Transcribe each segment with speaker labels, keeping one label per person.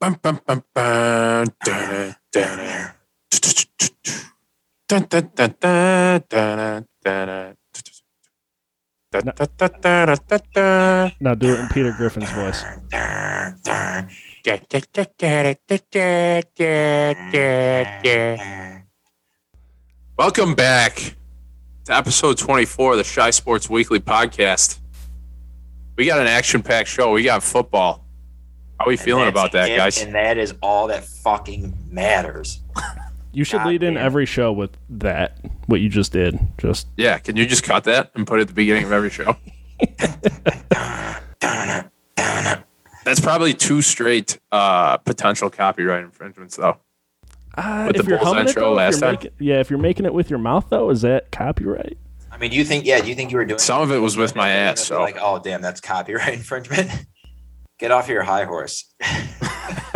Speaker 1: Bum, bum, bum, bum. Da, da, da. Dun, dun, dun, dun, dun, dun, dun. Da, da, da, da, da, da, da.
Speaker 2: Now do it in Peter Griffin's voice.
Speaker 1: Da, da. Da, da, da, da, da, da, da, da, da.
Speaker 3: Welcome back to episode 24 of the Shy Sports Weekly podcast. We got an action packed show. We got football. How are we feeling
Speaker 4: And that's
Speaker 3: about that,
Speaker 4: it,
Speaker 3: guys?
Speaker 4: And that is all that fucking matters.
Speaker 2: You should
Speaker 4: God
Speaker 2: lead in
Speaker 4: damn.
Speaker 2: every show with that. What you just did. Just
Speaker 3: Yeah, can you just cut that and put it at the beginning of every show? That's probably two straight uh, potential copyright infringements, though.
Speaker 2: uh,
Speaker 3: With the Bulls
Speaker 2: humming it,
Speaker 3: intro
Speaker 2: though, if
Speaker 3: last
Speaker 2: you're
Speaker 3: time.
Speaker 2: making- yeah, if you're making it with your mouth though, is that copyright?
Speaker 4: I mean, do you think? Yeah, do you think you were doing
Speaker 3: Some of it was with my
Speaker 4: You're
Speaker 3: ass,
Speaker 4: gonna
Speaker 3: so
Speaker 4: be like, oh damn, that's copyright infringement. Get off your high horse.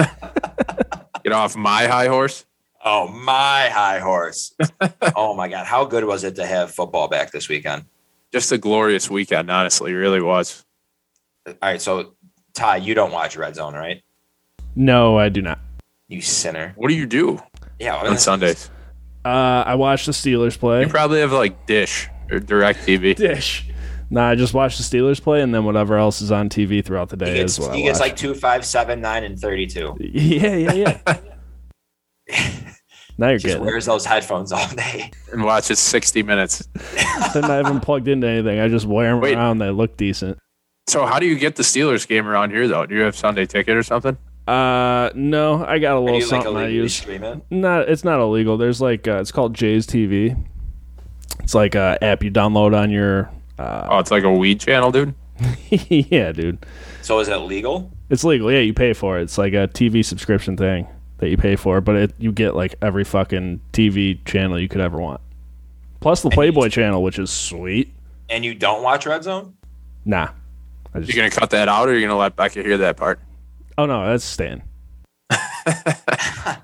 Speaker 3: get off my high horse.
Speaker 4: Oh my high horse. oh my god, how good was it to have football back this weekend?
Speaker 3: Just a glorious weekend, honestly, it really was.
Speaker 4: All right, so Ty, you don't watch Red Zone, right?
Speaker 2: No, I do not.
Speaker 4: You sinner.
Speaker 3: What do you do
Speaker 4: Yeah, I mean,
Speaker 3: on Sundays?
Speaker 2: Uh, I watched the Steelers play.
Speaker 3: You probably have like Dish or Direct TV.
Speaker 2: Dish. Nah, I just watched the Steelers play, and then whatever else is on TV throughout the
Speaker 4: He
Speaker 2: day
Speaker 4: gets,
Speaker 2: is what I
Speaker 4: he gets
Speaker 2: watch.
Speaker 4: like two, five, seven, nine, and thirty-two.
Speaker 2: yeah, yeah, yeah. now you're
Speaker 4: Just
Speaker 2: getting. it.
Speaker 4: wears those headphones all day.
Speaker 3: and watch it 60 minutes.
Speaker 2: Then I haven't plugged into anything. I just wear them
Speaker 3: Wait.
Speaker 2: around. They look decent.
Speaker 3: So, how do you get the Steelers game around here, though? Do you have Sunday ticket or something?
Speaker 2: Uh, no, I got a
Speaker 4: Or
Speaker 2: little
Speaker 4: do you like
Speaker 2: something I
Speaker 4: illegally
Speaker 2: use.
Speaker 4: stream it?
Speaker 2: Not, it's not illegal. There's like uh, it's called Jay's TV. It's like a app you download on your. Uh,
Speaker 3: Oh, it's like a weed channel, dude.
Speaker 2: yeah, dude,
Speaker 4: So is it legal?
Speaker 2: it's legal. Yeah, you pay for it. It's like a TV subscription thing that you pay for, but it, you get like every fucking TV channel you could ever want, plus the Playboy channel, which is sweet.
Speaker 4: And you don't watch Red Zone?
Speaker 2: Nah, I just,
Speaker 3: You're going to cut that out or you're going to let Becca hear that part?
Speaker 2: oh no, that's Stan. I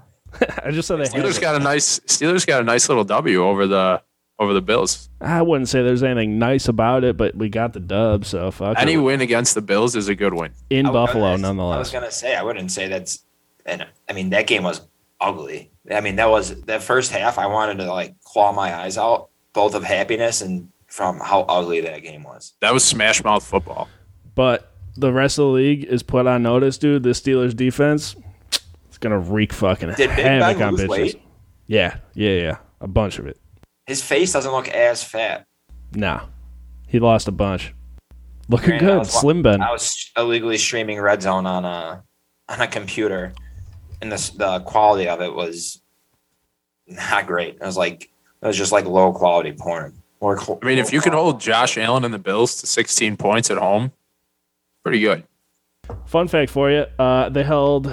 Speaker 2: just said they had
Speaker 3: Steelers
Speaker 2: it.
Speaker 3: got a nice Steelers got a nice little W over the over the Bills.
Speaker 2: I wouldn't say there's anything nice about it, but we got the dub, so fuck. it.
Speaker 3: Any win against the Bills is a good win.
Speaker 2: in
Speaker 4: I would- I
Speaker 2: Buffalo,
Speaker 4: was- I was
Speaker 2: nonetheless.
Speaker 4: gonna say I wouldn't say that's, and I mean that game was ugly. I mean that was that first half. I wanted to like claw my eyes out, both of happiness and from how ugly that game was.
Speaker 3: That was smash mouth football.
Speaker 2: But the rest of the league is put on notice, dude. The Steelers defense, it's gonna wreak fucking
Speaker 4: Did Big Ben
Speaker 2: havoc on
Speaker 4: lose
Speaker 2: bitches.
Speaker 4: weight?
Speaker 2: Yeah, yeah, yeah, a bunch of it.
Speaker 4: His face doesn't look as fat.
Speaker 2: Nah, he lost a bunch. Looking
Speaker 4: Granted, I
Speaker 2: good,
Speaker 4: was wa-
Speaker 2: Slim Ben.
Speaker 4: I was illegally streaming Red Zone on a on a computer, and the the quality of it was not great. It was like it was just like low quality porn. Or cl-
Speaker 3: I mean, if you can hold Josh Allen and the Bills to 16 points at home, pretty good.
Speaker 2: Fun fact for you: uh, they held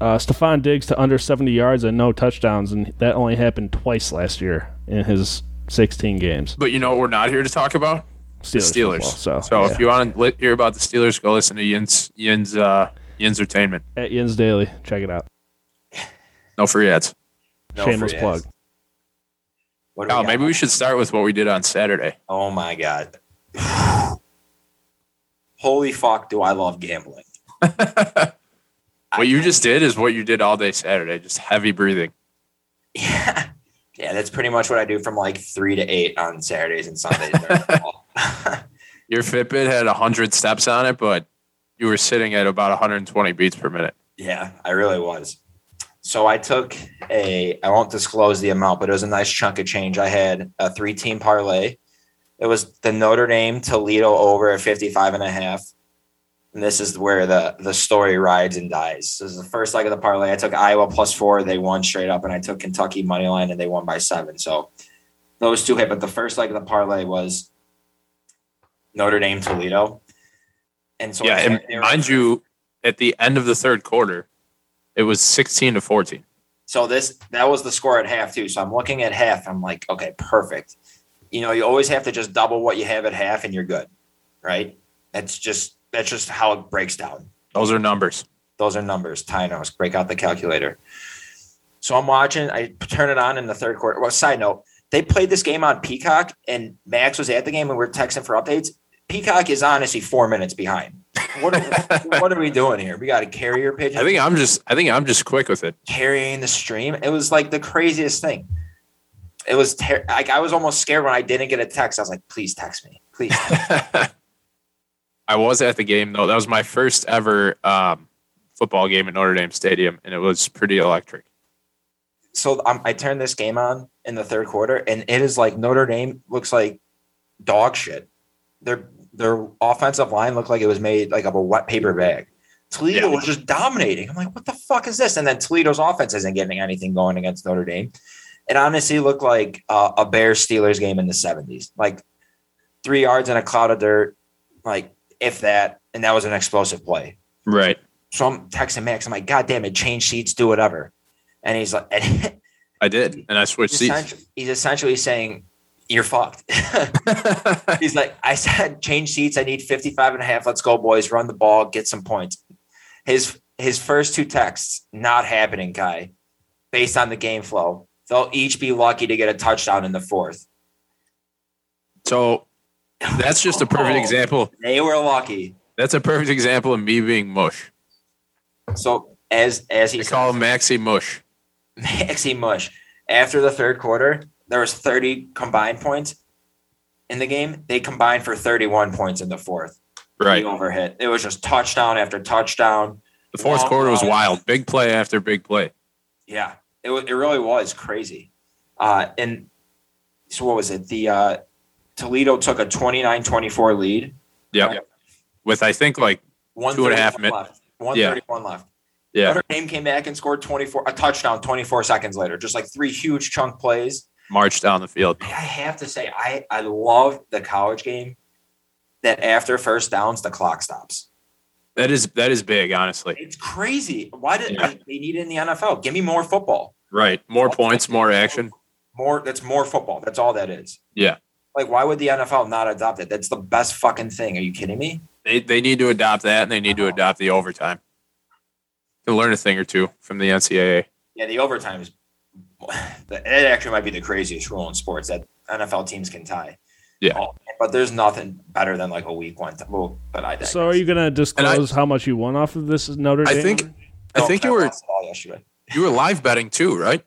Speaker 2: uh, Stephon Diggs to under 70 yards and no touchdowns, and that only happened twice last year in his 16 games.
Speaker 3: But you know what we're not here to talk about? The
Speaker 2: Steelers.
Speaker 3: Steelers.
Speaker 2: football, so, yeah.
Speaker 3: if you want to hear about the Steelers, go listen to Yin's Yin's uh, Yin's Entertainment.
Speaker 2: at Yin's Daily, check it out.
Speaker 3: No free ads.
Speaker 4: No
Speaker 2: Shameless
Speaker 4: free
Speaker 2: plug.
Speaker 4: ads. What do
Speaker 3: Oh,
Speaker 4: got?
Speaker 3: maybe we should start with what we did on Saturday.
Speaker 4: Oh my god. Holy fuck, do I love gambling.
Speaker 3: What you just did is what you did all day Saturday, just heavy breathing.
Speaker 4: Yeah. Yeah, that's pretty much what I do from like three to eight on Saturdays and Sundays.
Speaker 3: Your Fitbit had 100 steps on it, but you were sitting at about 120 beats per minute.
Speaker 4: yeah, I really was. So I took a I won't disclose the amount, but it was a nice chunk of change. I had a three team parlay. It was the Notre Dame Toledo over at 55 and a half. And this is where the the story rides and dies. This is the first leg of the parlay. I took Iowa plus four, they won straight up, and I took Kentucky money line and they won by seven. So those two hit. But the first leg of the parlay was Notre Dame Toledo. And so
Speaker 3: yeah,
Speaker 4: I-
Speaker 3: and
Speaker 4: they were-
Speaker 3: mind you, at the end of the third quarter, it was 16 to 14.
Speaker 4: So this that was the score at half too. So I'm looking at half. I'm like, okay, perfect. You know, you always have to just double what you have at half, and you're good, right? That's just that's just how it breaks down.
Speaker 3: Those are numbers.
Speaker 4: Those are numbers. Tynos, break out the calculator. So I'm watching. I turn it on in the third quarter. Well, side note, they played this game on Peacock, and Max was at the game, and we are texting for updates. Peacock is honestly four minutes behind. What are, what are we doing here? We got a carrier pigeon
Speaker 3: I think I'm just I think I'm just quick with it.
Speaker 4: carrying the stream. It was like the craziest thing. It was ter- like I was almost scared when I didn't get a text. I was like, please text me. Please.
Speaker 3: I was at the game though. That was my first ever um, football game at Notre Dame Stadium, and it was pretty electric.
Speaker 4: so um, I turned this game on in the third quarter, and it is like Notre Dame looks like dog shit. Their their offensive line looked like it was made like of a wet paper bag. Toledo
Speaker 3: Yeah.
Speaker 4: was just dominating. I'm like, what the fuck is this? And then Toledo's offense isn't getting anything going against Notre Dame. It honestly looked like uh, a Bears Steelers game in the 70s, like three yards in a cloud of dirt, like if that. And that was an explosive play.
Speaker 3: Right.
Speaker 4: So I'm texting Max. I'm like, God damn it, change seats, do whatever. And he's like, and
Speaker 3: I did, and I switched
Speaker 4: he's
Speaker 3: seats.
Speaker 4: essentially, he's essentially saying you're fucked he's like i said change seats i need 55 and a half let's go boys run the ball get some points his his first two texts not happening guy based on the game flow they'll each be lucky to get a touchdown in the fourth
Speaker 3: So that's just a perfect
Speaker 4: Oh.
Speaker 3: example.
Speaker 4: they were lucky
Speaker 3: That's a perfect example of me being mush.
Speaker 4: so as as he
Speaker 3: They
Speaker 4: says,
Speaker 3: call him Maxi Mush.
Speaker 4: Maxi Mush. After the third quarter, there was 30 combined points in the game. They combined for 31 points in the fourth.
Speaker 3: Right.
Speaker 4: the overhit. It was just touchdown after touchdown.
Speaker 3: The fourth
Speaker 4: Long
Speaker 3: quarter was
Speaker 4: drive.
Speaker 3: wild. Big play after big play.
Speaker 4: Yeah, it wa- it really was crazy. Uh, and so what was it? The uh, Toledo took a 29-24 lead.
Speaker 3: Yep.
Speaker 4: Right.
Speaker 3: With I think like
Speaker 4: One
Speaker 3: Two and a half min-
Speaker 4: left. One thirty-one left.
Speaker 3: yeah,
Speaker 4: Notre Dame came back and scored twenty-four a touchdown twenty-four seconds later. Just like three huge chunk plays.
Speaker 3: march down the field.
Speaker 4: I have to say, I I love the college game. That after first downs, the clock stops.
Speaker 3: That is that is big, honestly.
Speaker 4: It's crazy. Why did
Speaker 3: Yeah.
Speaker 4: like, they need it in the NFL? Give me more football.
Speaker 3: Right. More points, more action.
Speaker 4: More. That's more football. That's all that is.
Speaker 3: Yeah.
Speaker 4: Like, why would the NFL not adopt it? That's the best fucking thing. Are you kidding me?
Speaker 3: They they need to adopt that and they need to adopt the overtime. Can learn a thing or two from the NCAA.
Speaker 4: Yeah, the overtime is. That actually might be the craziest rule in sports that NFL teams can tie.
Speaker 3: Yeah.
Speaker 4: Oh, but there's nothing better than like a week one. Time. Well, but I.
Speaker 2: So are you gonna disclose how much you won off of this Notre
Speaker 3: I
Speaker 2: Dame?
Speaker 3: think- I think you were
Speaker 4: lost it all yesterday.
Speaker 3: you were live betting too, right?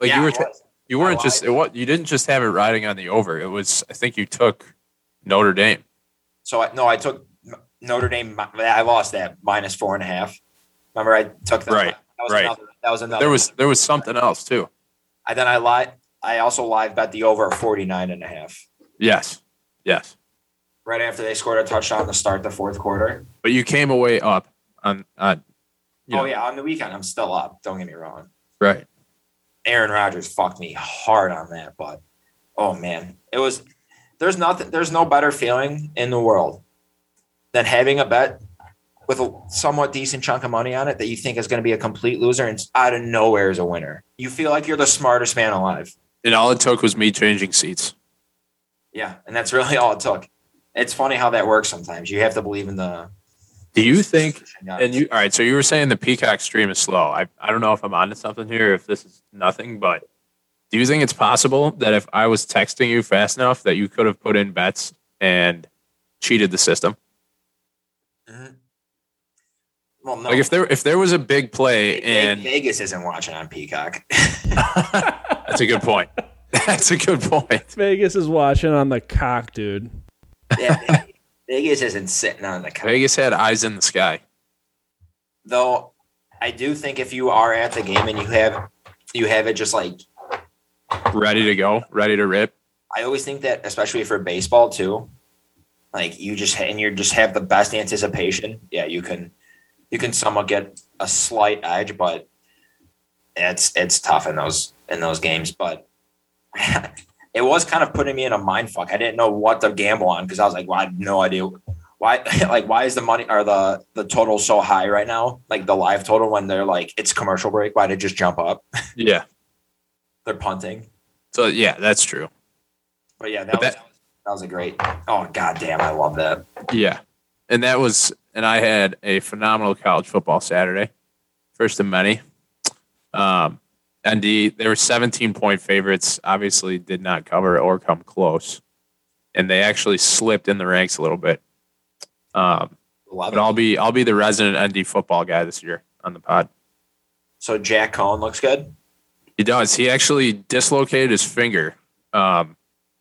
Speaker 3: Like
Speaker 4: Yeah,
Speaker 3: you were
Speaker 4: I
Speaker 3: t-
Speaker 4: was.
Speaker 3: you weren't
Speaker 4: I
Speaker 3: just
Speaker 4: lied.
Speaker 3: it what you didn't just have it riding on the over. It was I think you took Notre Dame.
Speaker 4: So I, no, I took M- Notre Dame. mi- I lost that minus four and a half. Remember, I took that.
Speaker 3: Right,
Speaker 4: That was
Speaker 3: right.
Speaker 4: Another, that was another.
Speaker 3: There was there was something else too.
Speaker 4: I, then I lied. I also live bet the over at 49 and a half.
Speaker 3: Yes. Yes.
Speaker 4: Right after they scored a touchdown to start the fourth quarter.
Speaker 3: But you came away up on on you
Speaker 4: Oh
Speaker 3: know,
Speaker 4: yeah, on the weekend I'm still up. Don't get me wrong.
Speaker 3: right.
Speaker 4: Aaron Rodgers fucked me hard on that, but oh man, it was. There's nothing. There's no better feeling in the world than having a bet with a somewhat decent chunk of money on it that you think is going to be a complete loser and out of nowhere is a winner. You feel like you're the smartest man alive.
Speaker 3: And all it took was me changing seats.
Speaker 4: Yeah, and that's really all it took. It's funny how that works sometimes. You have to believe in the.
Speaker 3: Do you think
Speaker 4: Yeah.
Speaker 3: and you all right, so you were saying the Peacock stream is slow. I, I don't know if I'm onto something here, if this is nothing, but do you think it's possible that if I was texting you fast enough that you could have put in bets and cheated the system?
Speaker 4: Mhm. Well, no.
Speaker 3: Like if there if there was a big play
Speaker 4: Ve-
Speaker 3: and
Speaker 4: Vegas isn't watching on Peacock.
Speaker 3: that's a good point. That's a good point.
Speaker 2: Vegas is watching on the cock, dude.
Speaker 4: yeah, Vegas isn't sitting on the couch.
Speaker 3: Vegas had eyes in the sky.
Speaker 4: Though I do think if you are at the game and you have you have it just like
Speaker 3: Ready to go, ready to rip.
Speaker 4: I always think that especially for baseball too, like you just and you just have the best anticipation. Yeah, you can you can somewhat get a slight edge, but it's it's tough in those in those games. But it was kind of putting me in a mind fuck. I didn't know what to gamble on because I was like, well, I have no idea why like why is the money or the the total so high right now? Like the live total when they're like it's commercial break, why did it just jump up?
Speaker 3: Yeah.
Speaker 4: They're punting.
Speaker 3: So yeah, that's true.
Speaker 4: But yeah, that,
Speaker 3: But
Speaker 4: was, that was a great. Oh god damn, I love that.
Speaker 3: Yeah. And that was, and I had a phenomenal college football Saturday, first of many. Um, ND, they were 17 point favorites, obviously did not cover or come close. And they actually slipped in the ranks a little bit. Um,
Speaker 4: Love
Speaker 3: But
Speaker 4: it.
Speaker 3: I'll be I'll be the resident ND football guy this year on the pod.
Speaker 4: So Jack Cohen looks good.
Speaker 3: He does. He actually dislocated his finger, um,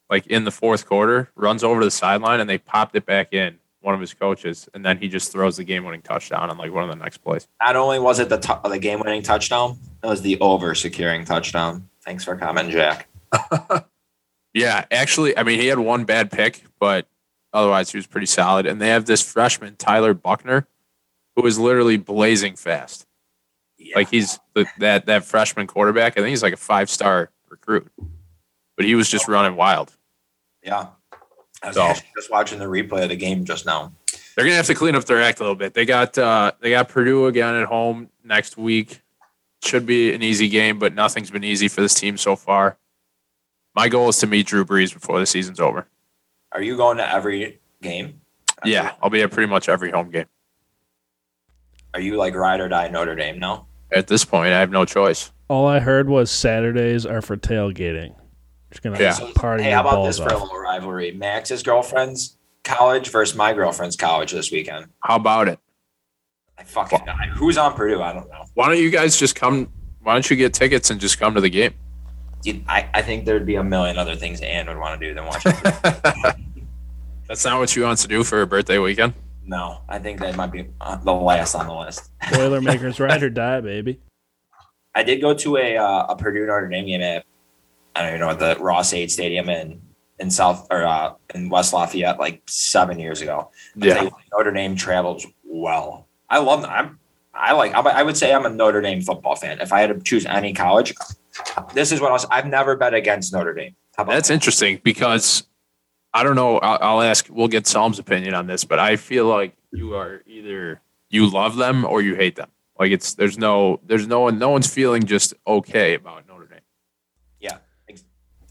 Speaker 3: like in the fourth quarter. Runs over to the sideline and they popped it back in. One of his coaches, and then he just throws the game-winning touchdown on like one of the next plays.
Speaker 4: Not only was it the t- the game winning touchdown, it was the over securing touchdown. Thanks for commenting, Jack.
Speaker 3: Yeah, actually, I mean, he had one bad pick, but otherwise he was pretty solid. And they have this freshman Tyler Buckner, who is literally blazing fast. Like he's the, that that freshman quarterback. I think he's like a five-star recruit, but he was just running wild.
Speaker 4: Yeah. I was
Speaker 3: So-
Speaker 4: actually just watching the replay of the game just now.
Speaker 3: They're gonna have to clean up their act a little bit. They got uh, they got Purdue again at home next week. Should be an easy game, but nothing's been easy for this team so far. My goal is to meet Drew Brees before the season's over.
Speaker 4: Are you going to every game?
Speaker 3: Yeah, I'll be at pretty much every home game.
Speaker 4: Are you like ride or die Notre Dame now?
Speaker 3: At this point, I have no choice.
Speaker 2: All I heard was Saturdays are for tailgating. Just gonna
Speaker 3: Yeah.
Speaker 2: party
Speaker 4: hey,
Speaker 2: your
Speaker 4: how about
Speaker 2: balls
Speaker 4: this for a
Speaker 2: off.
Speaker 4: little rivalry? Max's girlfriend's college versus my girlfriend's college this weekend.
Speaker 3: How about it?
Speaker 4: I fucking I- who's on Purdue? I don't know.
Speaker 3: Why don't you guys just come? Why don't you get tickets and just come to the game?
Speaker 4: Dude, I, I think there'd be a million other things Ann would want to do than watch.
Speaker 3: That's not what she wants to do for her birthday weekend.
Speaker 4: no, I think that might be uh, the last on the list.
Speaker 2: Boilermakers ride or die, baby.
Speaker 4: I did go to a uh, a Purdue Notre Dame game at I don't even know what the Ross Aid Stadium in in South or uh, in West Lafayette like seven years ago. I'll tell you what, Notre Dame travels well. I love. I'm. I like. I'm, I would say I'm a Notre Dame football fan. If I had to choose any college, this is what else. I've never bet against Notre Dame. How about
Speaker 3: That's
Speaker 4: that?
Speaker 3: interesting because I don't know. I'll, I'll ask. We'll get Psalm's opinion on this, but I feel like you are either you love them or you hate them. Like it's there's no there's no one no one's feeling just okay about Notre Dame.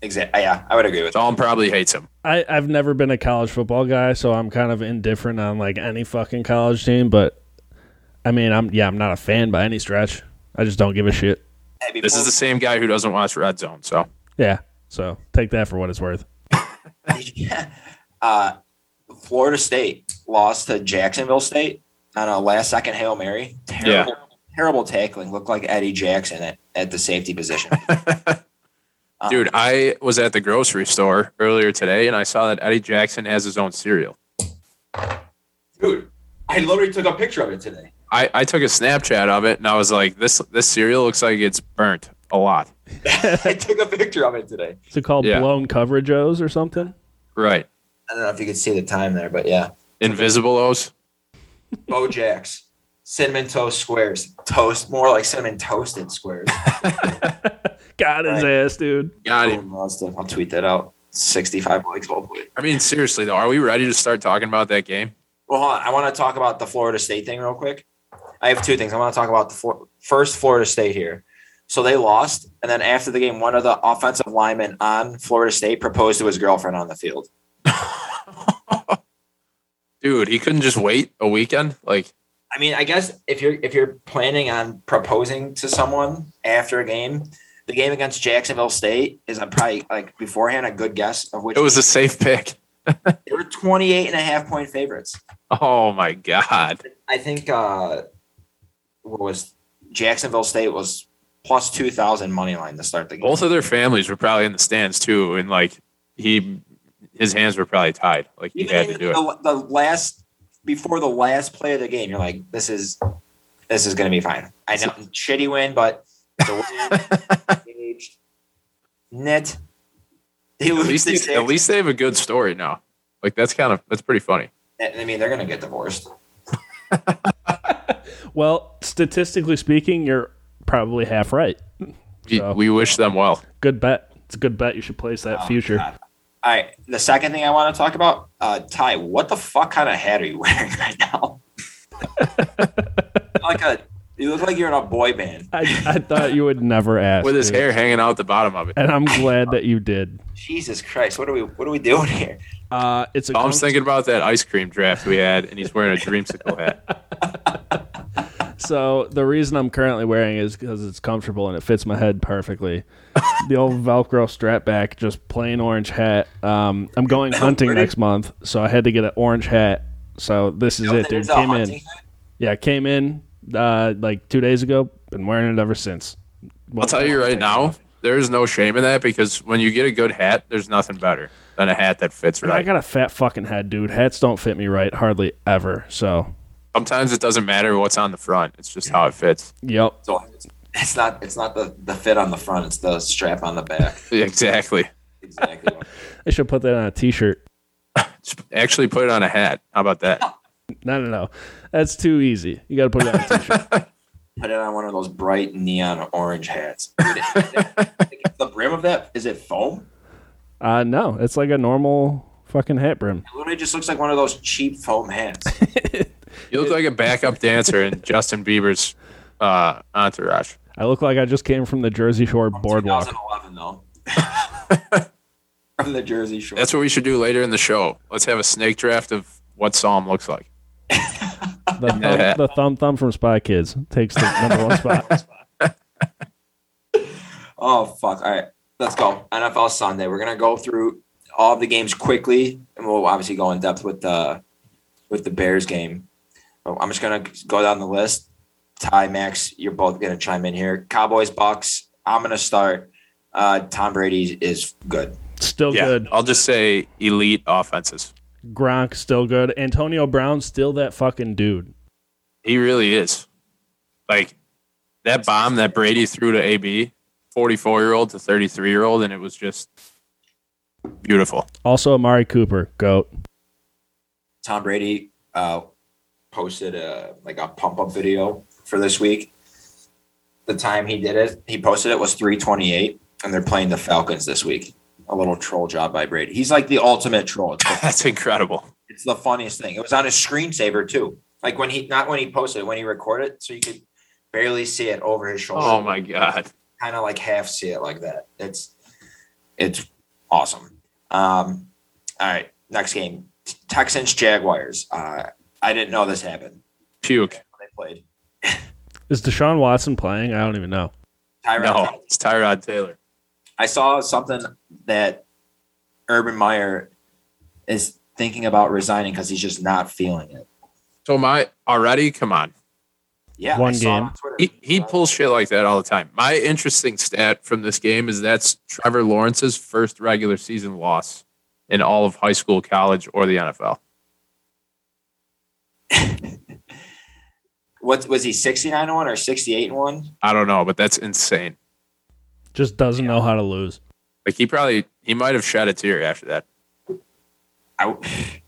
Speaker 4: Exa- Yeah, I would agree with. that.
Speaker 3: Psalm probably hates him.
Speaker 2: I, I've never been a college football guy, so I'm kind of indifferent on like any fucking college team, but I mean I'm yeah, I'm not a fan by any stretch. I just don't give a shit.
Speaker 4: Hey, people-
Speaker 3: This is the same guy who doesn't watch Red Zone. So
Speaker 2: Yeah. So take that for what it's worth.
Speaker 4: Yeah. uh, Florida State lost to Jacksonville State on a last second Hail Mary. Terrible, terrible tackling. Looked like Eddie Jackson at, at the safety position. Um,
Speaker 3: dude, I was at the grocery store earlier today and I saw that Eddie Jackson has his own cereal.
Speaker 4: dude, I literally took a picture of it today.
Speaker 3: I, I took a Snapchat of it and I was like, this this cereal looks like it's burnt a lot.
Speaker 4: I took a picture of it today.
Speaker 2: Is it called
Speaker 3: Yeah.
Speaker 2: blown coverage O's or something?
Speaker 3: Right.
Speaker 4: I don't know if you could see the time there, but yeah.
Speaker 3: Invisible O's.
Speaker 4: Bojack's cinnamon toast squares. Toast more like cinnamon toasted squares.
Speaker 2: Got his
Speaker 4: Right.
Speaker 2: ass, dude.
Speaker 3: Got him.
Speaker 4: Boom, lost it. I'll tweet that out. 65 likes, hopefully.
Speaker 3: I mean, seriously though, are we ready to start talking about that game?
Speaker 4: Well, hold on. I want to talk about the Florida State thing real quick. I have two things. I want to talk about the Flor- first Florida State here. So they lost, and then after the game, one of the offensive linemen on Florida State proposed to his girlfriend on the field.
Speaker 3: Dude, he couldn't just wait a weekend. Like,
Speaker 4: I mean, I guess if you're if you're planning on proposing to someone after a game, the game against Jacksonville State is a probably like beforehand a good guess of which
Speaker 3: it was a safe pick.
Speaker 4: they were 28 and a half point favorites.
Speaker 3: Oh my god.
Speaker 4: I think uh what was Jacksonville State was plus 2000 money line to start the game.
Speaker 3: Both of their families were probably in the stands too, and like he, his hands were probably tied. Like he
Speaker 4: Even
Speaker 3: had to
Speaker 4: in
Speaker 3: do it.
Speaker 4: the, the last before the last play of the game, you're like, this is this is gonna be fine. I know shitty win, but the win engaged. Net. They
Speaker 3: At
Speaker 4: lose
Speaker 3: least,
Speaker 4: the
Speaker 3: they,
Speaker 4: Jack-
Speaker 3: at least they have a good story now. Like that's kind of that's pretty funny.
Speaker 4: I mean, they're gonna get divorced.
Speaker 2: Well, statistically speaking, you're probably half right.
Speaker 3: We-
Speaker 2: So-
Speaker 3: We wish them well.
Speaker 2: Good bet. It's a good bet. You should place
Speaker 3: Oh,
Speaker 2: that future.
Speaker 4: Oh, God. All right. The second thing I want to talk about, uh, Ty, what the fuck kind of hat are you wearing right now? like a, you look like you're in a boy band.
Speaker 2: I, I thought you would never ask.
Speaker 3: With his
Speaker 2: dude.
Speaker 3: hair hanging out the bottom of it.
Speaker 2: And I'm glad that you did.
Speaker 4: Jesus Christ, what are we? What are we doing here?
Speaker 2: Uh, it's a
Speaker 3: Tom's
Speaker 2: com-
Speaker 3: thinking about that ice cream draft we had, and he's wearing a dreamsicle hat.
Speaker 2: so the reason I'm currently wearing it is because it's comfortable and it fits my head perfectly. the old Velcro strap back, just plain orange hat. Um, I'm going hunting next month, so I had to get an orange hat So this is it,
Speaker 4: Something
Speaker 2: dude.
Speaker 4: is a
Speaker 2: Came
Speaker 4: haunting
Speaker 2: in, yeah, came in uh, like two days ago. Been wearing it ever since.
Speaker 3: I'll tell you right now, there is no shame in that because when you get a good hat, there's nothing better than a hat that fits
Speaker 2: I
Speaker 3: right.
Speaker 2: got a fat fucking head, dude. Hats don't fit me right hardly ever. So,
Speaker 3: Sometimes it doesn't matter what's on the front; it's just how it fits.
Speaker 2: yep.
Speaker 4: So it's- it's not it's not the, the fit on the front, it's the strap on the back.
Speaker 3: Exactly.
Speaker 4: Exactly.
Speaker 2: I should put that on a t-shirt.
Speaker 3: Just Actually, put it on a hat. How about that?
Speaker 2: No, no, no. That's too easy. You got to put it on a t-shirt.
Speaker 4: Put it on one of those bright neon orange hats. the brim of that is it foam?
Speaker 2: uh, no, it's like a normal fucking hat brim.
Speaker 4: It literally just looks like one of those cheap foam hats.
Speaker 3: You look like a backup dancer in Justin Bieber's uh, entourage.
Speaker 2: I look like I just came from the Jersey Shore boardwalk.
Speaker 4: 2011 though. From the Jersey Shore.
Speaker 3: That's what we should do later in the show. Let's have a snake draft of what Psalm looks like.
Speaker 2: The thumb, the thumb thumb from Spy Kids takes the number one spot.
Speaker 4: Oh fuck! All right, let's go. NFL Sunday. We're gonna go through all the games quickly, and we'll obviously go in depth with the with the Bears game. But I'm just gonna go down the list. Ty, Max, you're both gonna chime in here. Cowboys, Bucks. I'm gonna start. Uh, Tom Brady is good.
Speaker 2: Still
Speaker 3: yeah,
Speaker 2: good.
Speaker 3: I'll just say elite offenses.
Speaker 2: Gronk still good. Antonio Brown still that fucking dude.
Speaker 3: He really is. Like that bomb that Brady threw to AB, 44 year old to 33 year old, and it was just beautiful.
Speaker 2: Also Amari Cooper, goat.
Speaker 4: Tom Brady uh, posted a like a pump up video for this week. The time he did it, he posted it was 328, and they're playing the Falcons this week. A little troll job by Brady. He's like the ultimate troll. It's the,
Speaker 3: That's incredible.
Speaker 4: it's the funniest thing. It was on his screensaver too. Like when he not when he posted it, when he recorded it, so you could barely see it over his shoulder.
Speaker 3: Oh my God.
Speaker 4: Kind of like half see it like that. It's it's awesome. Um, all right, next game. Texans Jaguars. Uh, I didn't know this happened.
Speaker 3: Puke.
Speaker 4: when They played.
Speaker 2: Is Deshaun Watson playing? I don't even know.
Speaker 4: Tyrod.
Speaker 3: No, it's Tyrod Taylor.
Speaker 4: I saw something that Urban Meyer is thinking about resigning because he's just not feeling it.
Speaker 3: So my already, come on.
Speaker 4: Yeah,
Speaker 2: One
Speaker 4: I saw it
Speaker 2: game.
Speaker 4: on Twitter. Uh,
Speaker 3: He, he pulls shit like that all the time. My interesting stat from this game is that's Trevor Lawrence's first regular season loss in all of high school, college, or the NFL.
Speaker 4: What was he? Sixty nine one or sixty eight one?
Speaker 3: I don't know, but that's insane.
Speaker 2: Just doesn't know how to lose.
Speaker 3: Like he probably he might have shed a tear after that.
Speaker 4: I,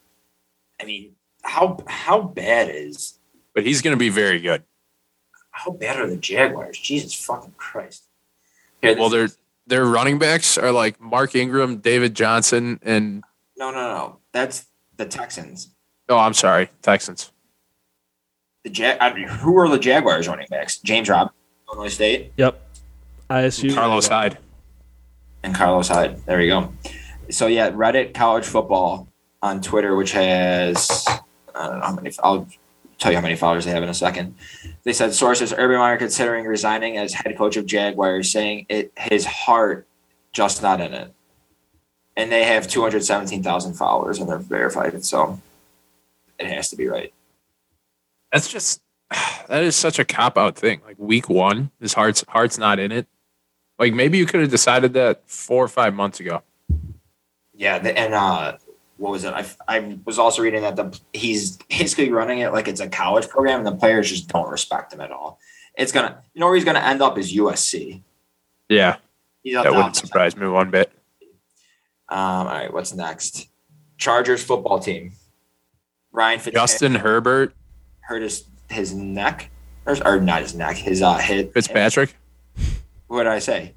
Speaker 4: I mean, how how bad is
Speaker 3: But he's going to be very good.
Speaker 4: how bad are the Jaguars? Jesus fucking Christ! Here,
Speaker 3: Well,
Speaker 4: this-
Speaker 3: their their running backs are like Mark Ingram, David Johnson, and
Speaker 4: no, no, no. That's the Texans.
Speaker 3: oh, I'm sorry, Texans.
Speaker 4: The Jag. I mean, who are the Jaguars running backs? James Rob, Illinois State,
Speaker 2: Yep. ISU.
Speaker 3: Carlos Hyde.
Speaker 4: and Carlos Hyde. There you go. So yeah, Reddit college football on Twitter, which has I don't know how many. I'll tell you how many followers they have in a second. They said sources: Urban Meyer considering resigning as head coach of Jaguars, saying it his heart just not in it. And they have two hundred seventeen thousand followers, and they're verified, so it has to be right.
Speaker 3: That's just that is such a cop out thing. Like week one, his heart's heart's not in it. Like maybe you could have decided that four or five months ago.
Speaker 4: Yeah, the, and uh, what was it? I, I was also reading that the he's basically running it like it's a college program, and the players just don't respect him at all. It's gonna, you know, where he's gonna end up is USC.
Speaker 3: Yeah,
Speaker 4: He's at
Speaker 3: that
Speaker 4: the
Speaker 3: wouldn't
Speaker 4: opposite.
Speaker 3: surprise me one bit.
Speaker 4: Um, all right, what's next? Chargers football team. Ryan Fitzpatrick
Speaker 3: Justin Herbert,
Speaker 4: hurt his his neck, or, or not his neck, his uh hit.
Speaker 3: Fitzpatrick.
Speaker 4: What did I say?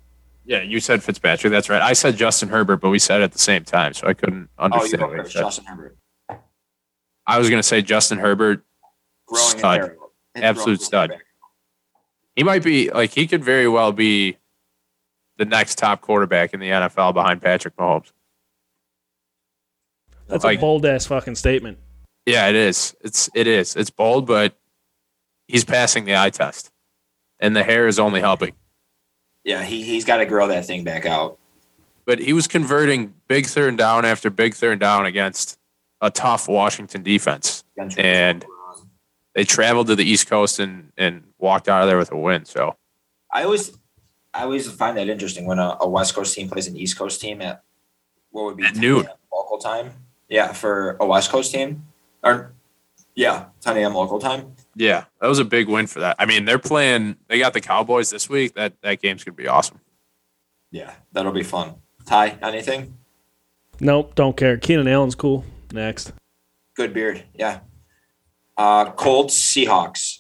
Speaker 3: Yeah, you said Fitzpatrick. That's right. I said Justin Herbert, but we said it at the same time, so I couldn't
Speaker 4: Oh, you
Speaker 3: understand.
Speaker 4: go
Speaker 3: what you
Speaker 4: first.
Speaker 3: said.
Speaker 4: Justin Herbert,
Speaker 3: I was going to say Justin Herbert.
Speaker 4: growing
Speaker 3: Stud.
Speaker 4: in Maryland. It's
Speaker 3: Absolute
Speaker 4: growing in
Speaker 3: stud.
Speaker 4: Maryland.
Speaker 3: He might be like he could very well be the next top quarterback in the NFL behind Patrick Mahomes.
Speaker 2: That's
Speaker 3: Like-
Speaker 2: a bold ass fucking statement.
Speaker 3: Yeah, it is. It's it is. It's bold, but he's passing the eye test, and the hair is only helping.
Speaker 4: Yeah, he he's got to grow that thing back out.
Speaker 3: But he was converting big third down after big third down against a tough Washington defense,
Speaker 4: against-
Speaker 3: and they traveled to the East Coast and and walked out of there with a win. So
Speaker 4: I always, I always find that interesting when a, a West Coast team plays an East Coast team at what would be
Speaker 3: At
Speaker 4: 10
Speaker 3: noon.
Speaker 4: a.m. local time. Yeah, for a West Coast team, or yeah, 10 a.m. local time.
Speaker 3: yeah, that was a big win for that. I mean, they're playing. They got the Cowboys this week. That that game's gonna be awesome.
Speaker 4: Yeah, that'll be fun. Ty, anything?
Speaker 2: Nope, don't care. Keenan Allen's cool. Next.
Speaker 4: Good beard. Yeah. Uh, Colts Seahawks.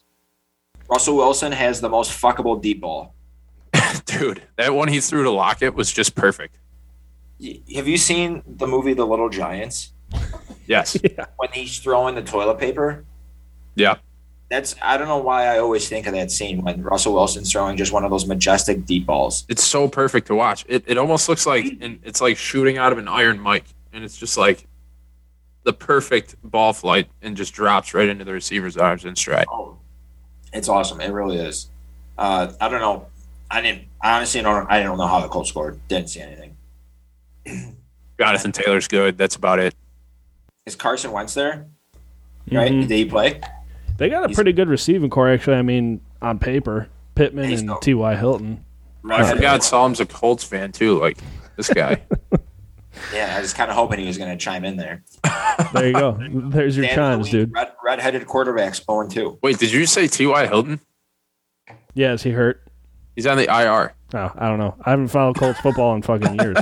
Speaker 4: Russell Wilson has the most fuckable deep ball.
Speaker 3: Dude, that one he threw to Lockett was just perfect.
Speaker 4: Y- Have you seen the movie The Little Giants?
Speaker 3: Yes.
Speaker 2: Yeah.
Speaker 4: When he's throwing the toilet paper,
Speaker 3: yeah.
Speaker 4: that's I don't know why I always think of that scene when Russell Wilson's throwing just one of those majestic deep balls.
Speaker 3: It's so perfect to watch. It, it almost looks like and it's like shooting out of an iron mic. And it's just like the perfect ball flight and just drops right into the receiver's arms and stride.
Speaker 4: Oh, it's awesome. It really is. Uh, I don't know. I didn't I honestly don't. I don't know how the Colts scored. Didn't see anything.
Speaker 3: Jonathan Taylor's good. That's about it.
Speaker 4: Is Carson Wentz there? Right?
Speaker 2: Mhm.
Speaker 4: Did he play?
Speaker 2: They got a
Speaker 4: He's-
Speaker 2: pretty good receiving core, actually. I mean, on paper, Pittman
Speaker 4: He's
Speaker 2: and
Speaker 4: not-
Speaker 2: T.Y. Hilton.
Speaker 3: I forgot Solom's a Colts fan too, like this guy.
Speaker 4: Yeah, I was kind of hoping he was going to chime in there.
Speaker 2: There you go. There's your
Speaker 4: Dan
Speaker 2: chimes,
Speaker 4: Lee,
Speaker 2: dude.
Speaker 4: Red, redheaded quarterbacks, 0 2.
Speaker 3: Wait, did you say T.Y. Hilton?
Speaker 2: Yeah, is he hurt?
Speaker 3: He's on the IR.
Speaker 2: Oh, I don't know. I haven't followed Colts football in fucking years.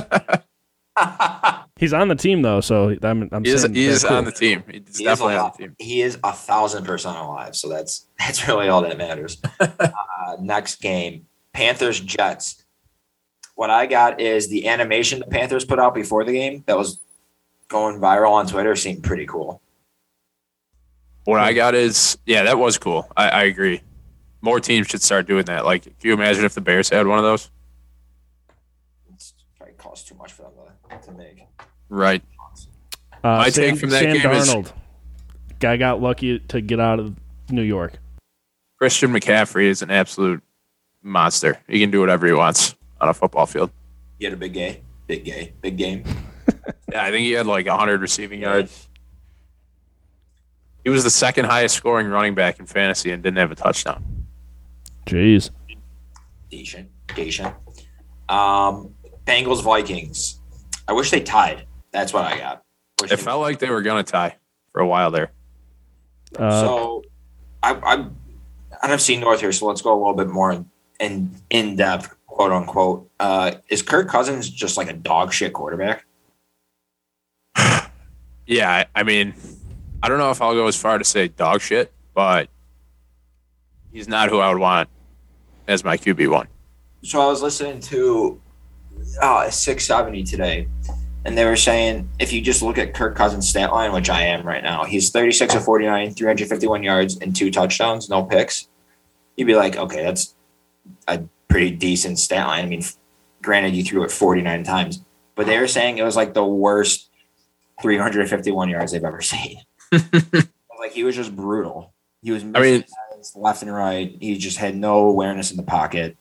Speaker 2: He's on the team though, so I'm. I'm
Speaker 3: He is,
Speaker 2: saying
Speaker 3: he
Speaker 2: they're
Speaker 3: is
Speaker 2: cool.
Speaker 3: on the team. He's
Speaker 4: He is,
Speaker 3: definitely
Speaker 4: alive.
Speaker 3: on the team.
Speaker 4: he is a thousand percent alive. So that's that's really all that matters. uh, next game, Panthers Jets. What I got is the animation the Panthers put out before the game that was going viral on Twitter seemed pretty cool.
Speaker 3: What I got is, yeah, that was cool. I, I agree. More teams should start doing that. Like, can you imagine if the Bears had one of those?
Speaker 4: It's probably cost too much for them to, to make.
Speaker 3: Right.
Speaker 2: Uh,
Speaker 3: My take from that
Speaker 2: Sam
Speaker 3: game is-
Speaker 2: Darnold. Guy got lucky to get out of New York.
Speaker 3: Christian McCaffrey is an absolute monster. He can do whatever he wants on a football field.
Speaker 4: He had a big gay, big gay, big game.
Speaker 3: Yeah, I think he had like 100 receiving yards. He was the second highest scoring running back in fantasy and didn't have a touchdown.
Speaker 2: Jeez.
Speaker 4: Decent, decent. Um, Bengals Vikings. I wish they tied. That's what I got. Wish
Speaker 3: It
Speaker 4: they-
Speaker 3: felt like they were going to tie for a while there.
Speaker 2: Uh,
Speaker 4: so I, I'm I NFC North here, so let's go a little bit more in in, in depth, quote unquote. Uh, is Kirk Cousins just like a dog shit quarterback?
Speaker 3: Yeah, I, I mean, I don't know if I'll go as far to say dog shit, but he's not who I would want as my QB one.
Speaker 4: So I was listening to uh, 670 today, and they were saying if you just look at Kirk Cousins' stat line, which I am right now, he's 36 of 49, 351 yards, and two touchdowns, no picks. You'd be like, okay, that's a pretty decent stat line. I mean, granted, you threw it 49 times, but they were saying it was like the worst 351 yards they've ever seen. like he was just brutal. He was
Speaker 3: I mean,
Speaker 4: guys left and right. He just had no awareness in the pocket,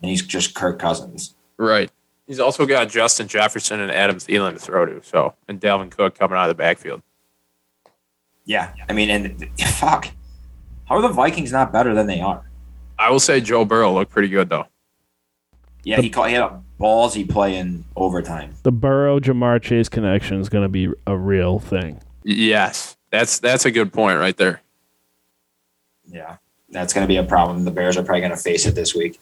Speaker 4: and he's just Kirk Cousins.
Speaker 3: right. He's also got Justin Jefferson and Adam Thielen to throw to, so and Dalvin Cook coming out of the backfield.
Speaker 4: Yeah, I mean, and fuck, how are the Vikings not better than they are?
Speaker 3: I will say Joe Burrow looked pretty good though.
Speaker 4: Yeah, he caught, he had a ballsy play in overtime.
Speaker 2: the Burrow Jamar Chase connection is going to be a real thing.
Speaker 3: Yes, that's that's a good point right there.
Speaker 4: Yeah, that's going to be a problem. The Bears are probably going to face it this week.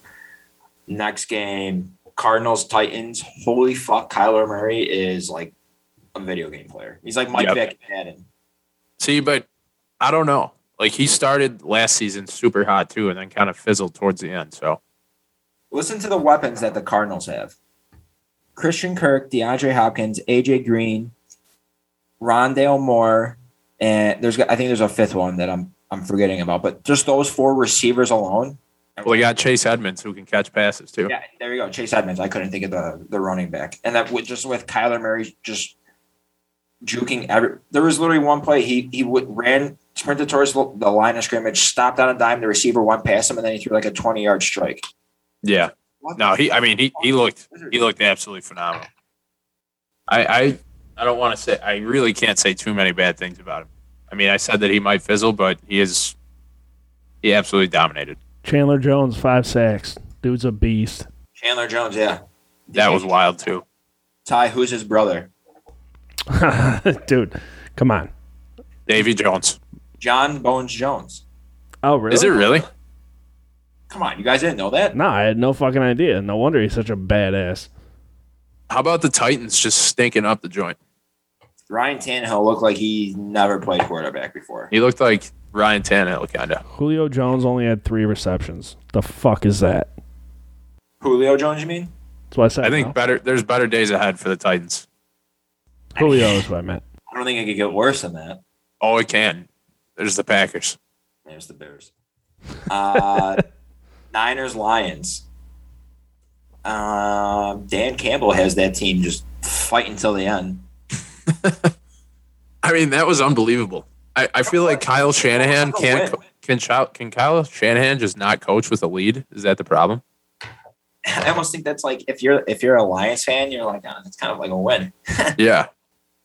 Speaker 4: Next game, Cardinals Titans. Holy fuck, Kyler Murray is like a video game player. He's like Mike
Speaker 3: Yep.
Speaker 4: Vick and Madden.
Speaker 3: See, but I don't know. Like he started last season super hot too, and then kind of fizzled towards the end. So
Speaker 4: Listen to the weapons that the Cardinals have. Christian Kirk, DeAndre Hopkins, AJ Green, Rondale Moore, and there's I think there's a fifth one that I'm I'm forgetting about, but just those four receivers alone.
Speaker 3: well, he got Chase Edmonds who can catch passes too.
Speaker 4: Yeah, there you go. Chase Edmonds. I couldn't think of the the running back. And that with just with Kyler Murray just juking every there was literally one play he he would, ran sprinted towards the the line of scrimmage, stopped on a dime, the receiver went past him and then he threw like a 20-yard strike.
Speaker 3: yeah.
Speaker 4: What
Speaker 3: No,
Speaker 4: the
Speaker 3: he. I mean, he, he looked
Speaker 4: fuck is it?
Speaker 3: he looked absolutely phenomenal. I, I I don't want to say. I really can't say too many bad things about him. I mean, I said that he might fizzle, but he is. He absolutely dominated.
Speaker 2: Chandler Jones, five sacks. Dude's a beast.
Speaker 4: Chandler Jones, yeah.
Speaker 3: That was wild too.
Speaker 4: Ty, who's his brother?
Speaker 2: Dude, come on.
Speaker 3: Davy Jones.
Speaker 4: John Bones Jones.
Speaker 2: Oh, really?
Speaker 3: Is it really?
Speaker 4: Come on, you guys didn't know that?
Speaker 2: No, I had no fucking idea. No wonder he's such a badass.
Speaker 3: How about the Titans just stinking up the joint?
Speaker 4: Ryan Tannehill looked like he never played quarterback before.
Speaker 3: He looked like Ryan Tannehill, kind of.
Speaker 2: Julio Jones only had three receptions. The fuck is that?
Speaker 4: Julio Jones, you mean?
Speaker 2: That's what I said.
Speaker 3: I think
Speaker 2: no?
Speaker 3: better. There's better days ahead for the Titans.
Speaker 2: Julio is what I meant.
Speaker 4: I don't think it could get worse than that.
Speaker 3: Oh, it can. There's the Packers.
Speaker 4: There's the Bears. Uh, Niners Lions. Uh, Dan Campbell has that team just fighting till the end.
Speaker 3: I mean, that was unbelievable. I, I feel like Kyle Shanahan can't. co- Can, Chil- can Kyle Shanahan just not coach with a lead? Is that the problem?
Speaker 4: I almost think that's like if you're if you're a Lions fan, you're like, oh, that's kind of like a win.
Speaker 3: Yeah.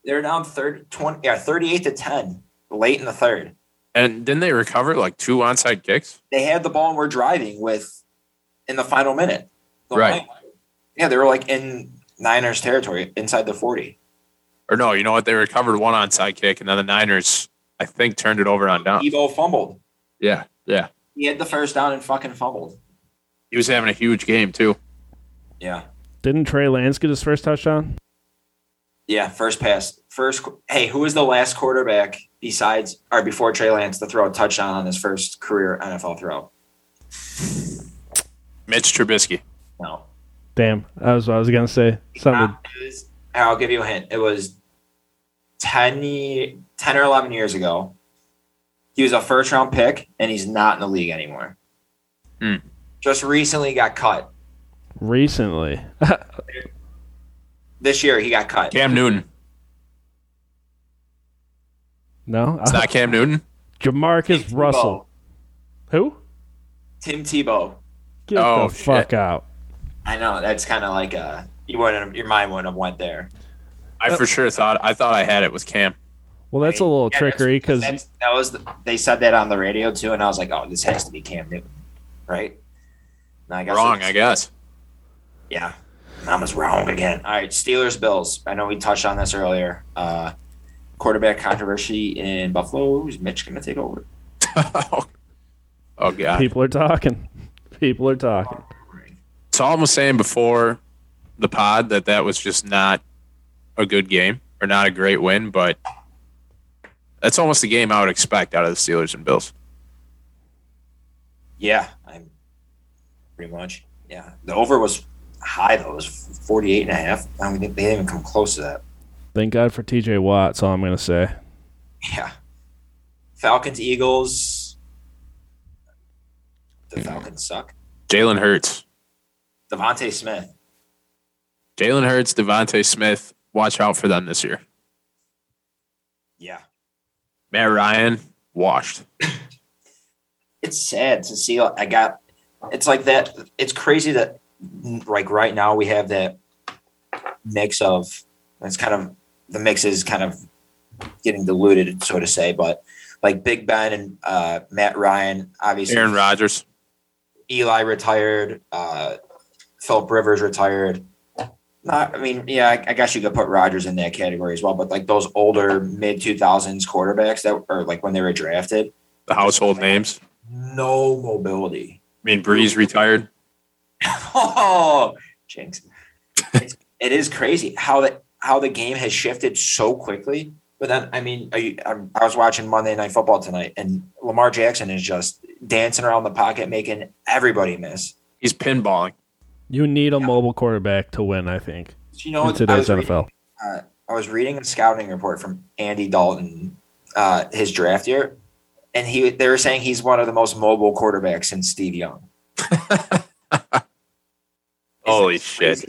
Speaker 4: They're down 30, 20, yeah, 38 to 10 late in the third.
Speaker 3: And didn't they recover like two onside kicks?
Speaker 4: They had the ball and were driving with in the final minute. The
Speaker 3: Right.
Speaker 4: Lions- yeah, they were like in Niners territory inside the 40.
Speaker 3: Or no, you know what? They recovered one onside kick, and then the Niners, I think, turned it over on down.
Speaker 4: Evo fumbled.
Speaker 3: Yeah, yeah.
Speaker 4: He had the first down and fucking fumbled.
Speaker 3: He was having a huge game too.
Speaker 4: Yeah.
Speaker 2: Didn't Trey Lance get his first touchdown?
Speaker 4: Yeah, first pass. First, qu- hey, who was the last quarterback besides or before Trey Lance to throw a touchdown on his first career NFL throw?
Speaker 3: Mitch Trubisky.
Speaker 4: No,
Speaker 2: Damn, that was what I was gonna say. Something.
Speaker 4: Uh, it was, I'll give you a hint. It was 10, ye- 10 or eleven years ago. He was a first round pick, and he's not in the league anymore.
Speaker 3: Hmm.
Speaker 4: Just recently got cut.
Speaker 2: recently.
Speaker 4: This year he got cut.
Speaker 3: Cam Newton.
Speaker 2: no, Uh,
Speaker 3: It's not Cam Newton.
Speaker 2: Jamarcus
Speaker 4: Tim
Speaker 2: Russell. Who?
Speaker 4: Tebow. Tim Tebow.
Speaker 2: Get
Speaker 3: Oh,
Speaker 2: the
Speaker 3: shit.
Speaker 2: fuck out.
Speaker 4: I know that's kind of like a you wouldn't have- your mind wouldn't have went there.
Speaker 3: I for sure thought I thought I had it was Cam.
Speaker 2: Well, that's a little
Speaker 4: Yeah, that's-
Speaker 2: trickery because
Speaker 4: that's- that was the, they said that on the radio too, and I was like, oh, this has to be Cam Newton, right? And I
Speaker 3: Wrong,
Speaker 4: it's-
Speaker 3: I guess.
Speaker 4: Yeah, I was wrong again. All right, Steelers Bills. I know we touched on this earlier. Uh, quarterback controversy in Buffalo. Is Mitch gonna take over?
Speaker 3: oh god.
Speaker 2: people are talking. People are talking.
Speaker 3: Tom was saying before the pod that that was just not a good game or not a great win, but that's almost the game I would expect out of the Steelers and Bills.
Speaker 4: Yeah, I'm pretty much. Yeah, the over was high though. It was 48 and a half. I don't think they didn't even come close to that.
Speaker 2: Thank God for T.J. Watt. That's all I'm gonna say.
Speaker 4: Yeah. Falcons, Eagles. The Falcons suck.
Speaker 3: Jalen Hurts.
Speaker 4: Devontae Smith.
Speaker 3: Jalen Hurts, Devontae Smith. Watch out for them this year.
Speaker 4: Yeah.
Speaker 3: Matt Ryan, washed.
Speaker 4: It's sad to see. I got. It's like that. It's crazy that, like right now, we have that mix of. It's kind of the mix is kind of getting diluted, so to say. But like Big Ben and uh, Matt Ryan, obviously,
Speaker 3: Aaron Rodgers.
Speaker 4: Eli retired. Uh, Philip Rivers retired. Not, I mean, yeah, I, I guess you could put Rodgers in that category as well. But like those older mid two thousands quarterbacks that are like when they were drafted,
Speaker 3: The household names.
Speaker 4: no mobility.
Speaker 3: I mean Breeze retired.
Speaker 4: Oh, jinx! It's, it is crazy how the how the game has shifted so quickly. But then, I mean, are you, I'm, I was watching Monday Night Football tonight, and Lamar Jackson is just dancing around the pocket, making everybody miss.
Speaker 3: He's pinballing.
Speaker 2: You need a
Speaker 4: Yeah.
Speaker 2: mobile quarterback to win. I think
Speaker 4: You know,
Speaker 2: in
Speaker 4: what? I
Speaker 2: today's
Speaker 4: was reading-
Speaker 2: NFL.
Speaker 4: I was reading a scouting report from Andy Dalton, uh, his draft year, and he they were saying he's one of the most mobile quarterbacks since Steve Young.
Speaker 3: Holy shit.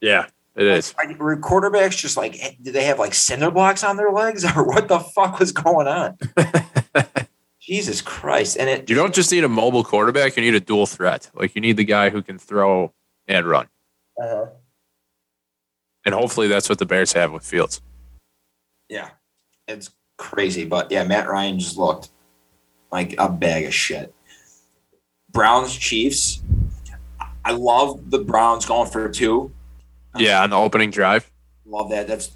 Speaker 3: Yeah, it is.
Speaker 4: Are, were quarterbacks just like eh, did they have like cinder blocks on their legs or what the fuck was going on? Jesus Christ! And it
Speaker 3: You don't just need a mobile quarterback, you need a dual threat. Like you need the guy who can throw and run. And hopefully that's what the Bears have with Fields.
Speaker 4: Yeah, it's crazy, but yeah, Matt Ryan just looked like a bag of shit. Browns Chiefs. I love the Browns going for two.
Speaker 3: Yeah, on the opening drive.
Speaker 4: Love that. That's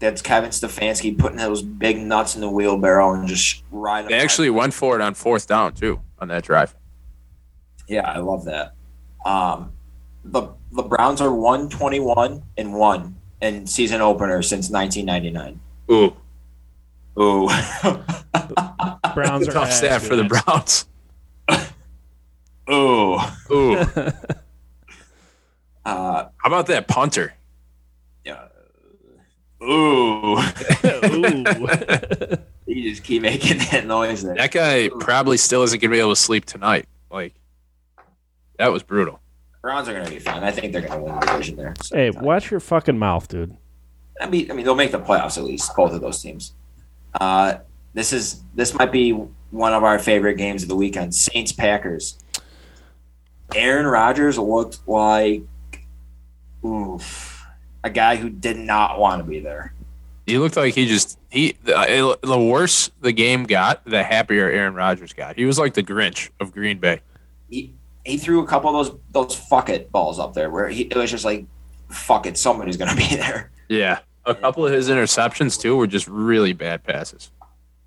Speaker 4: that's Kevin Stefanski putting those big nuts in the wheelbarrow and just riding.
Speaker 3: They actually went for it on fourth down too on that drive.
Speaker 4: yeah, I love that. Um, the the Browns are one twenty one and one in season opener since nineteen ninety nine.
Speaker 3: Ooh,
Speaker 4: Ooh,
Speaker 2: Browns are
Speaker 3: tough
Speaker 2: ass,
Speaker 3: stat for the
Speaker 2: dude.
Speaker 3: Browns.
Speaker 4: ooh.
Speaker 3: Ooh, how
Speaker 4: Uh,
Speaker 3: about that punter?
Speaker 4: yeah.
Speaker 2: Ooh.
Speaker 4: Ooh, you just keep making that noise. There.
Speaker 3: That guy probably still isn't gonna be able to sleep tonight. Like, that was brutal.
Speaker 4: Browns are going to be fine. I think they're going to win the division there. So,
Speaker 2: hey, watch your fucking mouth, dude.
Speaker 4: I mean, I mean, they'll make the playoffs at least. Both of those teams. Uh, this is this might be one of our favorite games of the weekend. Saints Packers. Aaron Rodgers looked like oof, a guy who did not want to be there.
Speaker 3: He looked like he just he the, uh, the worse the game got, the happier Aaron Rodgers got. He was like the Grinch of Green Bay.
Speaker 4: He he threw a couple of those those fuck it balls up there where he, it was just like fuck it, somebody's going to be there.
Speaker 3: Yeah, a couple of his interceptions too were just really bad passes.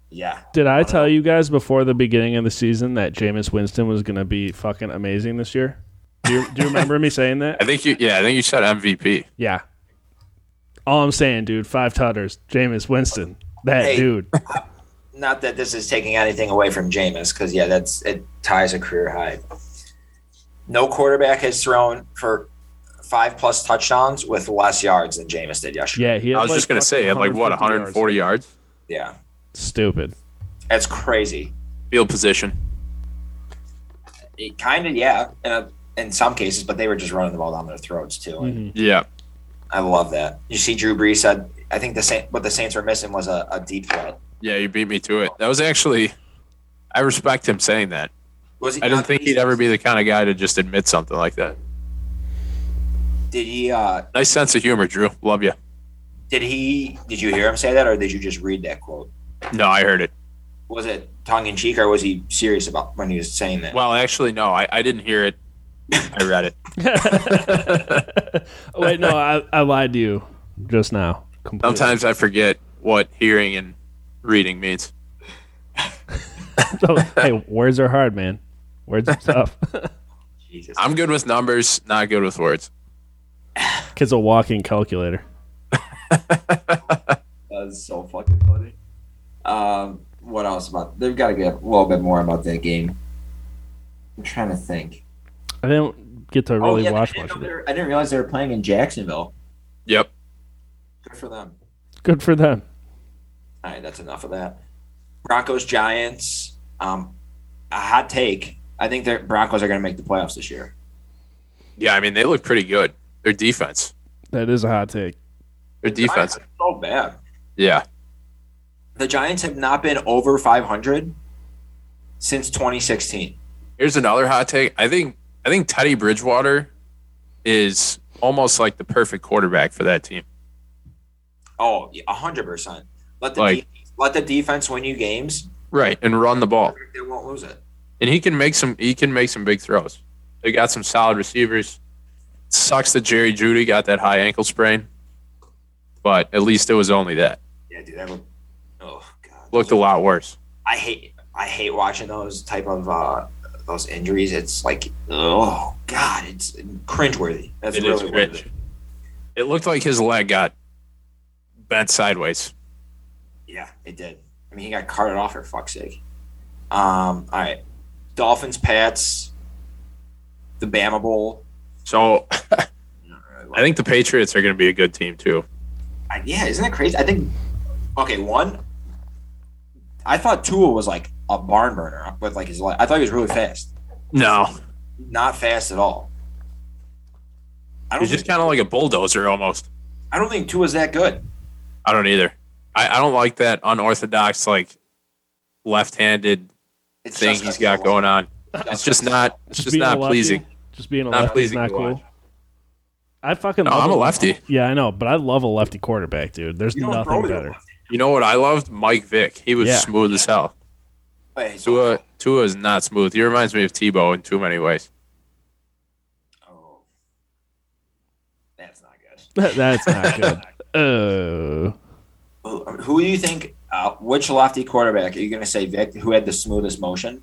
Speaker 4: Yeah,
Speaker 2: Did I tell you guys before the beginning of the season that Jameis Winston was going to be fucking amazing this year? Do you, do you remember me saying that?
Speaker 3: I think you yeah, I think you said MVP.
Speaker 2: Yeah. All I'm saying, dude, five tutters, Jameis Winston, that
Speaker 4: Hey.
Speaker 2: dude.
Speaker 4: not that this is taking anything away from Jameis, because yeah, that's it ties a career high. No quarterback has thrown for five plus touchdowns with less yards than Jameis did yesterday.
Speaker 2: Yeah, he. Had
Speaker 3: I was
Speaker 2: like
Speaker 3: just gonna say, he had
Speaker 2: fucking
Speaker 3: like what
Speaker 2: 150
Speaker 3: 140 yards,
Speaker 4: Yeah,
Speaker 2: yards. Stupid.
Speaker 4: that's crazy.
Speaker 3: field position.
Speaker 4: It kind of yeah, uh, in some cases, but they were just running the ball down their throats too. And
Speaker 2: Mhm.
Speaker 3: Yeah,
Speaker 4: I love that. You see, Drew Brees said, "I think the Saint, what the Saints were missing was a, a deep threat."
Speaker 3: yeah, you beat me to it. That was actually, I respect him saying that.
Speaker 4: Was he,
Speaker 3: I didn't think he'd
Speaker 4: did
Speaker 3: ever be the kind of guy to just admit something like that.
Speaker 4: he? Uh,
Speaker 3: Nice sense of humor, Drew. Love you.
Speaker 4: did he? Did you hear him say that, or did you just read that quote?
Speaker 3: No, I heard it.
Speaker 4: Was it tongue in cheek, or was he serious about when he was saying that?
Speaker 3: Well, actually, no, I, I didn't hear it. I read it.
Speaker 2: Wait, no, I, I lied to you just now. Completely.
Speaker 3: Sometimes I forget what hearing and reading means.
Speaker 2: So, hey, words are hard, man. Words are tough.
Speaker 4: Jesus.
Speaker 3: I'm good with numbers, not good with words.
Speaker 2: Kid's a walking calculator.
Speaker 4: That's so fucking funny. Um, what else about? They've got to get a little bit more about that game. I'm trying to think.
Speaker 2: I didn't get to really
Speaker 4: Oh, yeah,
Speaker 2: watch
Speaker 4: I didn't,
Speaker 2: much
Speaker 4: know
Speaker 2: of
Speaker 4: they
Speaker 2: it.
Speaker 4: were- I didn't realize they were playing in Jacksonville.
Speaker 3: Yep.
Speaker 4: Good for them.
Speaker 2: Good for them.
Speaker 4: All right, that's enough of that. Broncos Giants. Um, a hot take. I think the Broncos are going to make the playoffs this year.
Speaker 3: Yeah, I mean, they look pretty good. Their defense.
Speaker 2: That is a hot take.
Speaker 3: Their defense.
Speaker 4: Giants are so bad.
Speaker 3: Yeah.
Speaker 4: The Giants have not been over 500 since 2016.
Speaker 3: Here's another hot take. I think I think Teddy Bridgewater is almost like the perfect quarterback for that team.
Speaker 4: Oh, yeah, 100%. Let the,
Speaker 3: Like-
Speaker 4: de- let the defense win you games.
Speaker 3: Right. And run the ball.
Speaker 4: They won't lose it.
Speaker 3: and he can make some he can make some big throws. They got some solid receivers. Sucks that Jerry Judy got that high ankle sprain, but at least it was only that.
Speaker 4: Yeah, dude, that looked. Oh god,
Speaker 3: Looked a lot worse.
Speaker 4: I hate I hate watching those type of uh those injuries. It's like oh god, it's cringeworthy. That's
Speaker 3: It is
Speaker 4: really
Speaker 3: cringe.
Speaker 4: cringe.
Speaker 3: It looked like his leg got bent sideways.
Speaker 4: Yeah, it did. I mean, he got carted off for fuck's sake. Um, all right, Dolphins, Pats, the Bama Bowl.
Speaker 3: So
Speaker 4: Not really
Speaker 3: I think the Patriots are going to be a good team too.
Speaker 4: I- yeah, isn't that crazy? I think okay, one. I thought Tua was like a barn burner with like his leg. I thought he was really fast.
Speaker 3: No,
Speaker 4: Not fast at all. I don't
Speaker 3: he's
Speaker 4: think
Speaker 3: just kind of like a bulldozer almost.
Speaker 4: I don't think Tua's that good.
Speaker 3: I don't either. I, I don't like that unorthodox like left-handed
Speaker 4: It's
Speaker 3: thing
Speaker 4: just
Speaker 3: he's
Speaker 4: a-
Speaker 3: got going on. It's just not. It's just
Speaker 2: being a
Speaker 3: not
Speaker 2: lefty-
Speaker 3: pleasing.
Speaker 2: Just being a
Speaker 3: Not
Speaker 2: lefty is
Speaker 3: pleasing
Speaker 2: not
Speaker 3: to watch.
Speaker 2: cool. I fucking
Speaker 3: No,
Speaker 2: love
Speaker 3: I'm a lefty.
Speaker 2: Yeah, I know, but I love a lefty quarterback, dude. There's
Speaker 4: You don't throw
Speaker 2: nothing
Speaker 4: to a
Speaker 2: better.
Speaker 3: You know what I loved? Mike Vick. He was
Speaker 2: Yeah.
Speaker 3: smooth as hell.
Speaker 4: Wait,
Speaker 3: Tua Tua is not smooth. He reminds me of Tebow in too many ways.
Speaker 4: oh, that's not good.
Speaker 2: That's not good. Oh,
Speaker 4: Who- Who do you think? Uh, which lofty quarterback are you going to say, Vic? Who had the smoothest motion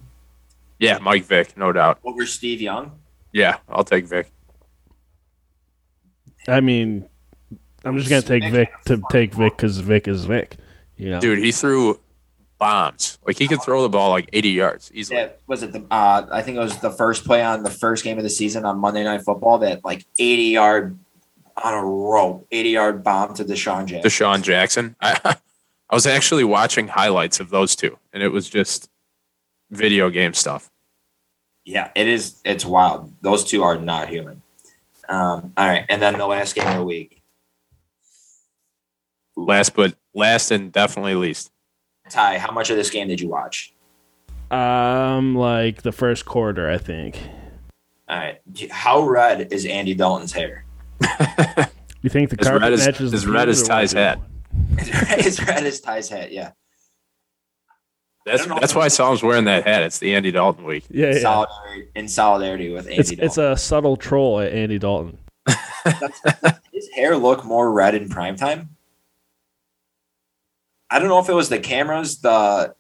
Speaker 3: Yeah, Mike Vick, no doubt.
Speaker 4: over Steve Young?
Speaker 3: Yeah, I'll take Vic.
Speaker 2: I mean, I'm just gonna take Vic to take Vic because Vic is Vic. You know,
Speaker 3: Dude, he threw bombs. Like he could throw the ball like 80 yards easily.
Speaker 4: that was it the uh, I think it was the first play on the first game of the season on Monday Night Football that like 80 yard on a rope, 80 yard bomb to Deshaun Jackson.
Speaker 3: Deshaun Jackson. I, I was actually watching highlights of those two, and it was just video game stuff.
Speaker 4: yeah, it is. It's wild. Those two are not human. Um, all right, and then the last game of the week,
Speaker 3: Last but last and definitely least,
Speaker 4: Ty. How much of this game did you watch?
Speaker 2: um, like the first quarter, I think.
Speaker 4: All right, how red is Andy Dalton's hair?
Speaker 2: You think the
Speaker 3: As
Speaker 2: carpet
Speaker 3: red as-
Speaker 2: matches the
Speaker 3: as red
Speaker 2: pews
Speaker 3: as
Speaker 2: or what?
Speaker 3: Ty's hat.
Speaker 4: it's red as Ty's hat. Yeah,
Speaker 3: that's
Speaker 4: I don't know.
Speaker 3: that's why Psalm's wearing that hat. It's the Andy Dalton week.
Speaker 2: Yeah, yeah.
Speaker 4: solidarity in solidarity with Andy.
Speaker 2: It's
Speaker 4: Dalton.
Speaker 2: it's a subtle troll at Andy Dalton.
Speaker 4: his hair look more red in primetime? I don't know if it was the cameras, the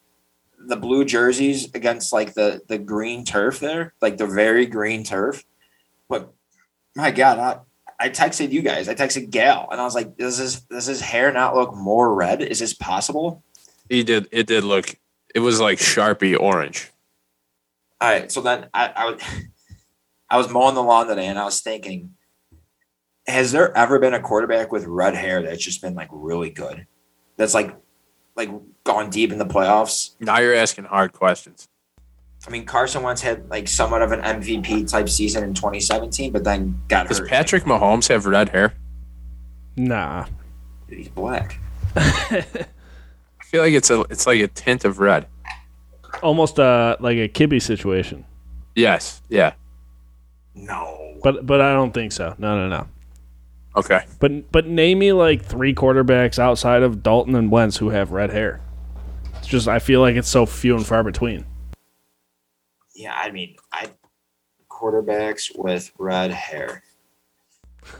Speaker 4: the blue jerseys against like the the green turf there, like the very green turf. But my God, I, I texted you guys. I texted Gail, and I was like, "Does his does his hair not look more red? Is this possible?"
Speaker 3: He did. It did look. It was like Sharpie orange.
Speaker 4: All right, so then I I, would, I was mowing the lawn today, and I was thinking, has there ever been a quarterback with red hair that's just been like really good? That's like like gone deep in the playoffs.
Speaker 3: Now you're asking hard questions.
Speaker 4: I mean, Carson Wentz had like somewhat of an MVP type season in 2017, but then got
Speaker 3: Does
Speaker 4: hurt.
Speaker 3: Patrick Mahomes have red hair?
Speaker 2: Nah,
Speaker 4: He's black.
Speaker 3: I feel like it's a it's like a tint of red.
Speaker 2: almost uh like a Kibby situation.
Speaker 3: Yes. Yeah.
Speaker 4: No.
Speaker 2: But but I don't think so. No no no.
Speaker 3: Okay.
Speaker 2: But but name me like three quarterbacks outside of Dalton and Wentz who have red hair. It's just I feel like it's so few and far between.
Speaker 4: Yeah, I mean, I quarterbacks with red hair.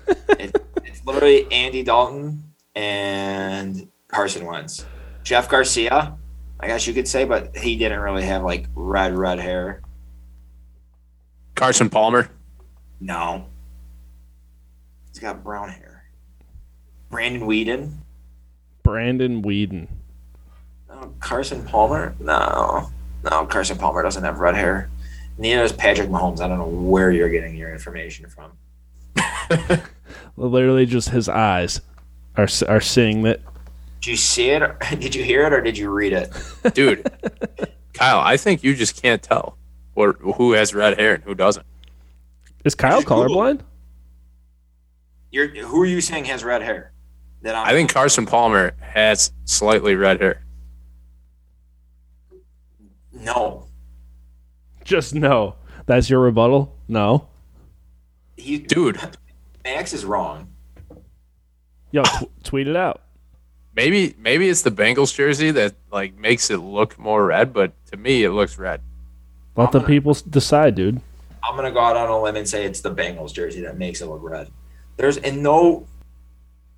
Speaker 4: it, it's literally Andy Dalton and Carson Wentz. Jeff Garcia, I guess you could say, but he didn't really have like red red hair.
Speaker 3: Carson Palmer.
Speaker 4: No, he's got brown hair. Brandon Whedon,
Speaker 2: Brandon Whedon.
Speaker 4: no. Carson Palmer, no, no. Carson Palmer doesn't have red hair. Neither does Patrick Mahomes. I don't know where you're getting your information from.
Speaker 2: Literally just his eyes are s- are seeing that
Speaker 4: Did you see it? Or, did you hear it, or did you read it?
Speaker 3: dude kyle i think you just can't tell what who has red hair and who doesn't
Speaker 2: is Kyle colorblind?
Speaker 4: You're, who are you saying has red hair? That I'm,
Speaker 3: i think carson palmer has slightly red hair
Speaker 4: no.
Speaker 2: Just no. That's your rebuttal? No.
Speaker 4: He,
Speaker 3: dude
Speaker 4: Max is wrong.
Speaker 2: Yo, t- tweet it out.
Speaker 3: maybe maybe it's the bengals jersey that like makes it look more red but to me it looks red
Speaker 2: Let the people s- decide, dude.
Speaker 4: I'm gonna go out on a limb and say it's the Bengals jersey that makes it look red. There's in no,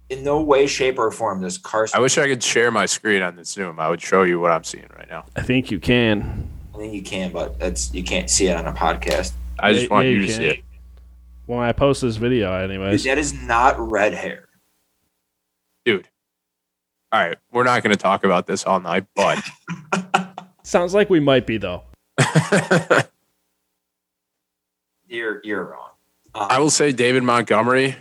Speaker 4: in no way, shape, or form does Carson.
Speaker 3: i wish i could share my screen on the zoom i would show you what i'm seeing right now
Speaker 2: I think you can.
Speaker 4: I think you can, but it's you can't see it on a podcast.
Speaker 3: i just
Speaker 2: Yeah,
Speaker 3: want
Speaker 2: yeah,
Speaker 3: you
Speaker 2: you
Speaker 3: to
Speaker 2: can.
Speaker 3: see it
Speaker 2: When I post this video, anyways.
Speaker 4: That is not red hair.
Speaker 3: dude all right we're not going to talk about this all night but
Speaker 2: Sounds like we might be though.
Speaker 4: You're you're wrong. Um,
Speaker 3: i will say david montgomery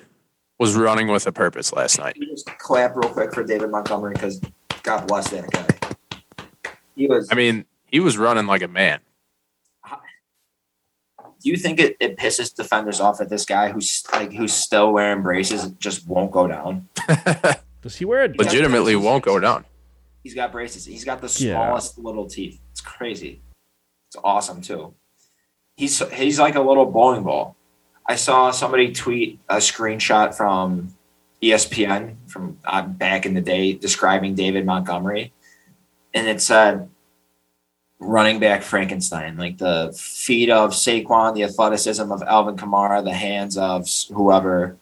Speaker 3: was running with a purpose last night
Speaker 4: Can you just clap real quick for David Montgomery because God bless that guy. He was.
Speaker 3: i mean he was running like a man
Speaker 4: do you think it, it pisses defenders off that this guy who's like who's still wearing braces just won't go down?
Speaker 2: Does he wear a
Speaker 3: legitimately won't go down.
Speaker 4: He's got braces. He's got the
Speaker 2: Yeah.
Speaker 4: smallest little teeth. It's crazy. It's awesome too. He's he's like a little bowling ball. I I saw somebody tweet a screenshot from E ESPN from uh, back in the day describing David Montgomery, and it said running back Frankenstein, like the feet of Saquon, the athleticism of Alvin Kamara, the hands of whoever,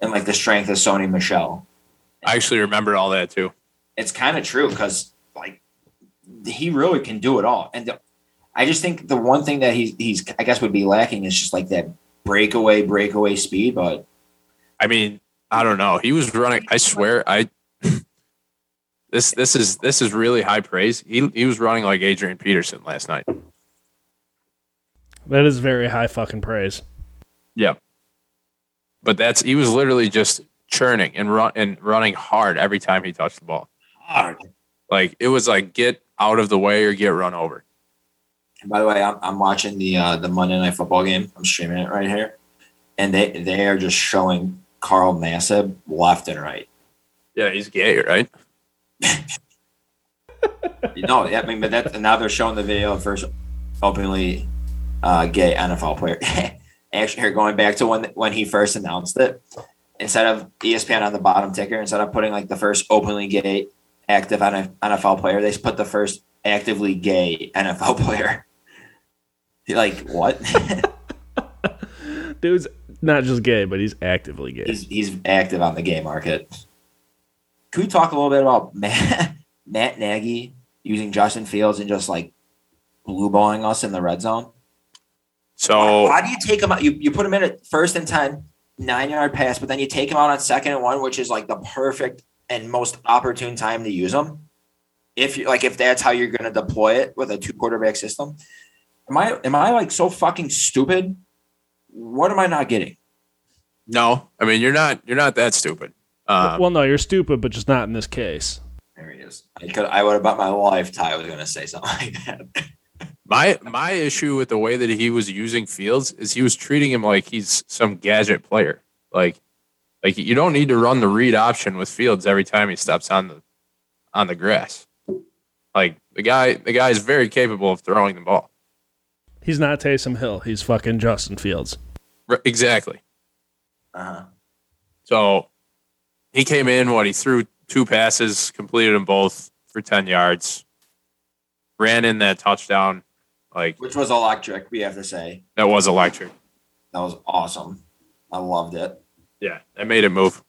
Speaker 4: and like the strength of Sony Michelle.
Speaker 3: I actually remember all that too.
Speaker 4: It's kind of true because like he really can do it all, and the, I just think the one thing that he's he's I guess would be lacking is just like that breakaway breakaway speed, but.
Speaker 3: I mean, I don't know. He was running. I swear, I this this is this is really high praise. He he was running like Adrian Peterson last night.
Speaker 2: That is very high fucking praise.
Speaker 3: Yeah, but that's he was literally just churning and run and running hard every time he touched the ball.
Speaker 4: Hard.
Speaker 3: Like it was like get out of the way or get run over.
Speaker 4: And by the way, I'm, I'm watching the uh, the Monday Night Football game. I'm streaming it right here, and they they are just showing Carl Nassib left and right.
Speaker 3: Yeah, he's gay, right?
Speaker 4: You know, I mean, but that now they're showing the video of first openly uh, gay NFL player. Actually, here going back to when when he first announced it, instead of E ESPN on the bottom ticker, instead of putting like the first openly gay active NFL player, they put the first actively gay NFL player. You're like what?
Speaker 2: Dude's not just gay, but he's actively gay.
Speaker 4: he's he's active on the gay market. Can we talk a little bit about Matt, Matt Nagy using Justin Fields and just like blue balling us in the red zone?
Speaker 3: So
Speaker 4: Why do you take him out? You, you put him in at first and 10, nine yard pass, but then you take him out on second and one, which is like the perfect and most opportune time to use him. If you like, if that's how you're going to deploy it with a two quarterback system, am I am I like so fucking stupid? What am I not getting?
Speaker 3: no, I mean you're not you're not that stupid. Um,
Speaker 2: well, no, you're stupid, but just not in this case.
Speaker 4: There he is. I could I would have bet my life Ty was going to say something like that.
Speaker 3: my my issue with the way that he was using Fields is he was treating him like he's some gadget player. Like like you don't need to run the read option with Fields every time he steps on the on the grass. Like the guy the guy is very capable of throwing the ball.
Speaker 2: He's not Taysom Hill. He's fucking Justin Fields.
Speaker 3: R- exactly.
Speaker 4: Uh-huh.
Speaker 3: So he came in, what he threw two passes, completed them both for 10 yards, ran in that touchdown. Like
Speaker 4: Which was electric, we have to say.
Speaker 3: that was electric.
Speaker 4: That was awesome. I loved it.
Speaker 3: Yeah. That made it move.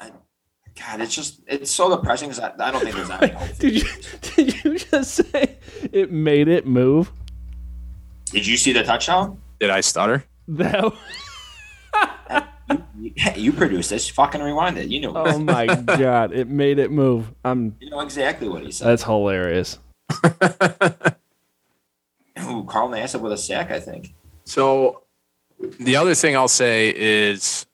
Speaker 4: God, it's just it's so depressing because I, I don't think there's any hope.
Speaker 2: Did you did you just say it made it move?
Speaker 4: Did you see the touchdown?
Speaker 3: Did I stutter?
Speaker 2: That
Speaker 4: You, you produced this. Fucking rewind it. You know,
Speaker 2: oh my god, it made it move. I'm
Speaker 4: you know exactly what he said.
Speaker 2: that's hilarious.
Speaker 4: Ooh, Carl Nassib with a sack, I think.
Speaker 3: So the other thing I'll say is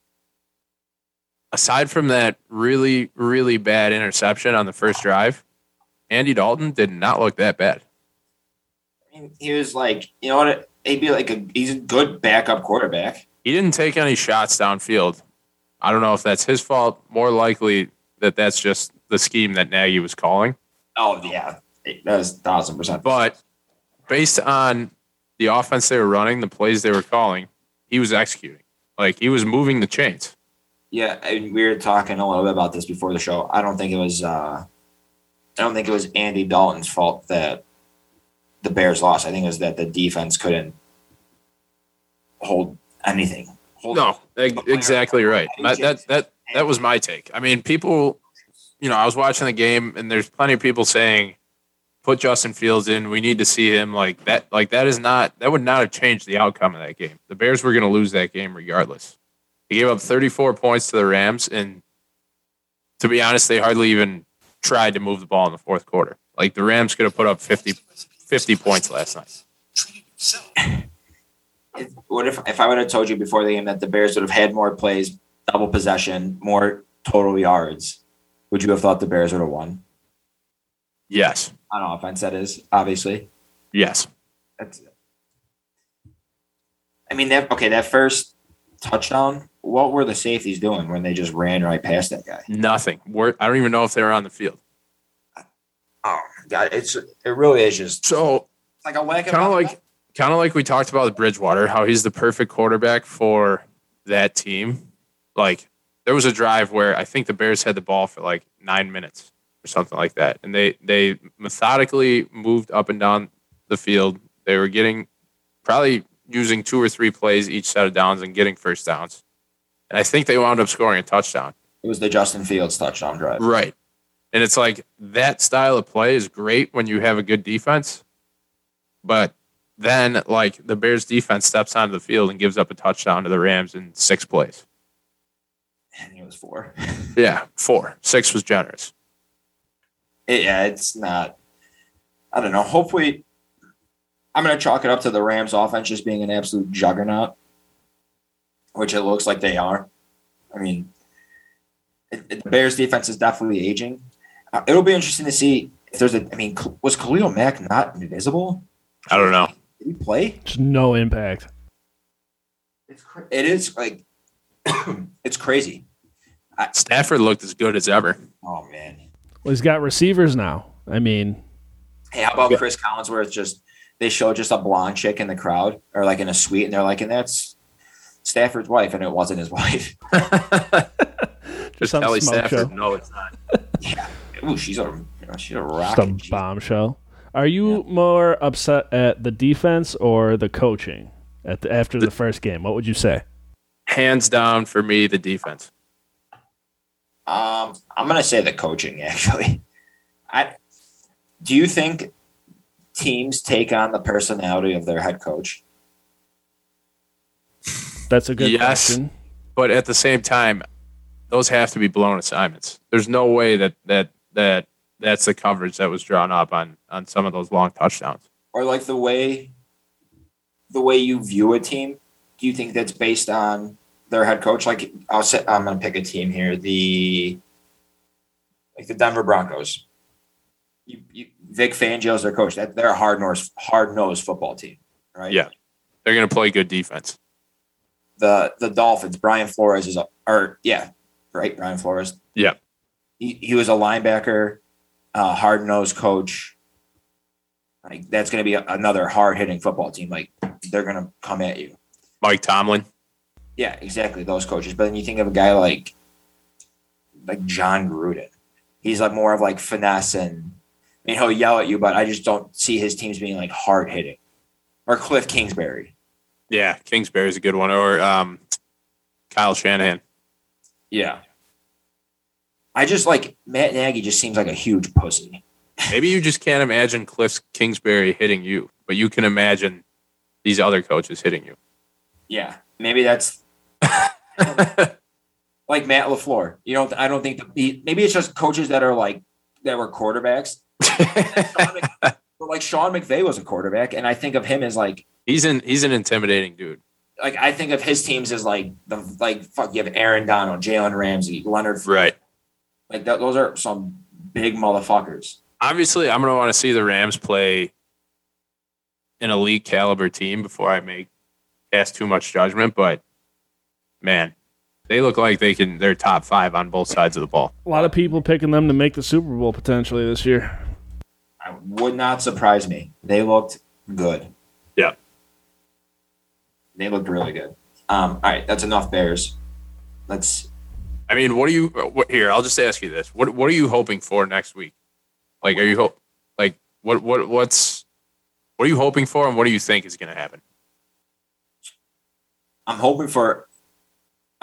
Speaker 3: aside from that really, really bad interception on the first drive, Andy Dalton did not look that bad.
Speaker 4: I mean, he was like, you know what? He'd be like a he's a good backup quarterback.
Speaker 3: he didn't take any shots downfield. I don't know if that's his fault. More likely that that's just the scheme that Nagy was calling.
Speaker 4: Oh yeah, that was thousand percent.
Speaker 3: But based on the offense they were running, the plays they were calling, he was executing. Like he was moving the chains.
Speaker 4: Yeah, and we were talking a little bit about this before the show. I don't think it was. uh I don't think it was Andy Dalton's fault that the Bears lost. I think it was that the defense couldn't hold anything. Hold
Speaker 3: No, e- exactly right. That, that that that was my take. I mean, people, you know, I was watching the game, and there's plenty of people saying, "Put Justin Fields in. We need to see him." Like that. Like that is not. That would not have changed the outcome of that game. The Bears were going to lose that game regardless. They gave up 34 points to the Rams, and to be honest, they hardly even tried to move the ball in the fourth quarter. Like the Rams could have put up 50, 50 points last night.
Speaker 4: if, what if if I would have told you before the game that the Bears would have had more plays, double possession, more total yards, would you have thought the Bears would have won
Speaker 3: Yes,
Speaker 4: on offense? That is obviously.
Speaker 3: yes.
Speaker 4: That's. I mean that okay. That first touchdown. What were the safeties doing when they just ran right past that guy?
Speaker 3: Nothing. We're, I don't even know if they were on the field.
Speaker 4: Oh God, it's it really is just
Speaker 3: So
Speaker 4: like a lack
Speaker 3: kind of like kind of like we talked about with Bridgewater, how he's the perfect quarterback for that team, like there was a drive where I think the Bears had the ball for like nine minutes or something like that, and they they methodically moved up and down the field. They were getting probably using two or three plays each set of downs and getting first downs, and I think they wound up scoring a touchdown.
Speaker 4: It was the Justin Fields touchdown drive.
Speaker 3: Right. And it's like that style of play is great when you have a good defense. But then, like, the Bears defense steps onto the field and gives up a touchdown to the Rams in six plays.
Speaker 4: And it was four.
Speaker 3: Yeah, four. Six was generous.
Speaker 4: It- yeah, it's not. I don't know. Hopefully, I'm going to chalk it up to the Rams' offense just being an absolute juggernaut, which it looks like they are. I mean, it, it- the Bears' defense is definitely aging. Uh, it'll be interesting to see if there's a. I mean, K- was Khalil Mack not invisible?
Speaker 3: I don't know.
Speaker 4: Did he play?
Speaker 2: Just no impact.
Speaker 4: It's cra- it is like it's crazy.
Speaker 3: Stafford looked as good as ever.
Speaker 4: Oh man.
Speaker 2: Well, he's got receivers now. I mean,
Speaker 4: Hey, how about Chris Collinsworth? Just they show just a blonde chick in the crowd or like in a suite, and they're like, and that's Stafford's wife, and it wasn't his wife.
Speaker 3: Just
Speaker 2: some
Speaker 3: Kelly
Speaker 2: smoke
Speaker 3: Stafford.
Speaker 2: show.
Speaker 3: No, it's not.
Speaker 4: Ooh, she's a she's a
Speaker 2: just a
Speaker 4: rock.
Speaker 2: bombshell. Are you more upset at the defense or the coaching at the, after the first game? What would you say?
Speaker 3: Hands down for me, the defense.
Speaker 4: Um, I'm gonna say the coaching actually. I do you think teams take on the personality of their head coach?
Speaker 2: That's a good
Speaker 3: Yes.
Speaker 2: question.
Speaker 3: But at the same time, those have to be blown assignments. There's no way that that that that's the coverage that was drawn up on on some of those long touchdowns.
Speaker 4: or like the way the way you view a team do you think that's based on their head coach like i'll say i'm gonna pick a team here the like the denver broncos you, you, vic fangio's their coach that they're a hard-nosed hard-nosed football team right
Speaker 3: Yeah. They're going to play good defense.
Speaker 4: the the dolphins brian flores is a or yeah right brian flores
Speaker 3: Yeah.
Speaker 4: he, he was a linebacker uh, hard-nosed coach like that's going to be a- another hard-hitting football team like they're going to come at you
Speaker 3: Mike Tomlin.
Speaker 4: Yeah, exactly. Those coaches. But then you think of a guy like like John Gruden. He's like more of like finesse and I mean he'll yell at you, but I just don't see his teams being like hard hitting. Or Cliff Kingsbury.
Speaker 3: Yeah, Kingsbury's a good one. Or um, Kyle Shanahan.
Speaker 4: Yeah. I just like Matt Nagy just seems like a huge pussy.
Speaker 3: Maybe you just can't imagine Cliff Kingsbury hitting you, but you can imagine these other coaches hitting you.
Speaker 4: Yeah. Maybe that's like Matt LaFleur. You don't I don't think the he- maybe it's just coaches that are like that were quarterbacks. Sean Mc- but like Sean McVay was a quarterback, and I think of him as like
Speaker 3: he's an he's an intimidating dude.
Speaker 4: like I think of his teams as like the like fuck you have Aaron Donald, Jalen Ramsey, Leonard,
Speaker 3: Right.
Speaker 4: like that, those are some big motherfuckers.
Speaker 3: Obviously, I'm going to want to see the Rams play an elite caliber team before I make cast too much judgment. But man, they look like they can. They're top five on both sides of the ball.
Speaker 2: A lot of people picking them to make the Super Bowl potentially this year.
Speaker 4: I would not surprise me. They looked good.
Speaker 3: Yeah.
Speaker 4: They looked really good. Um, all right, that's enough Bears. Let's
Speaker 3: I mean, what are you what, here? I'll just ask you this: what What are you hoping for next week? Like, are you hope like what what what's what are you hoping for, and what do you think is going to happen?
Speaker 4: I'm hoping for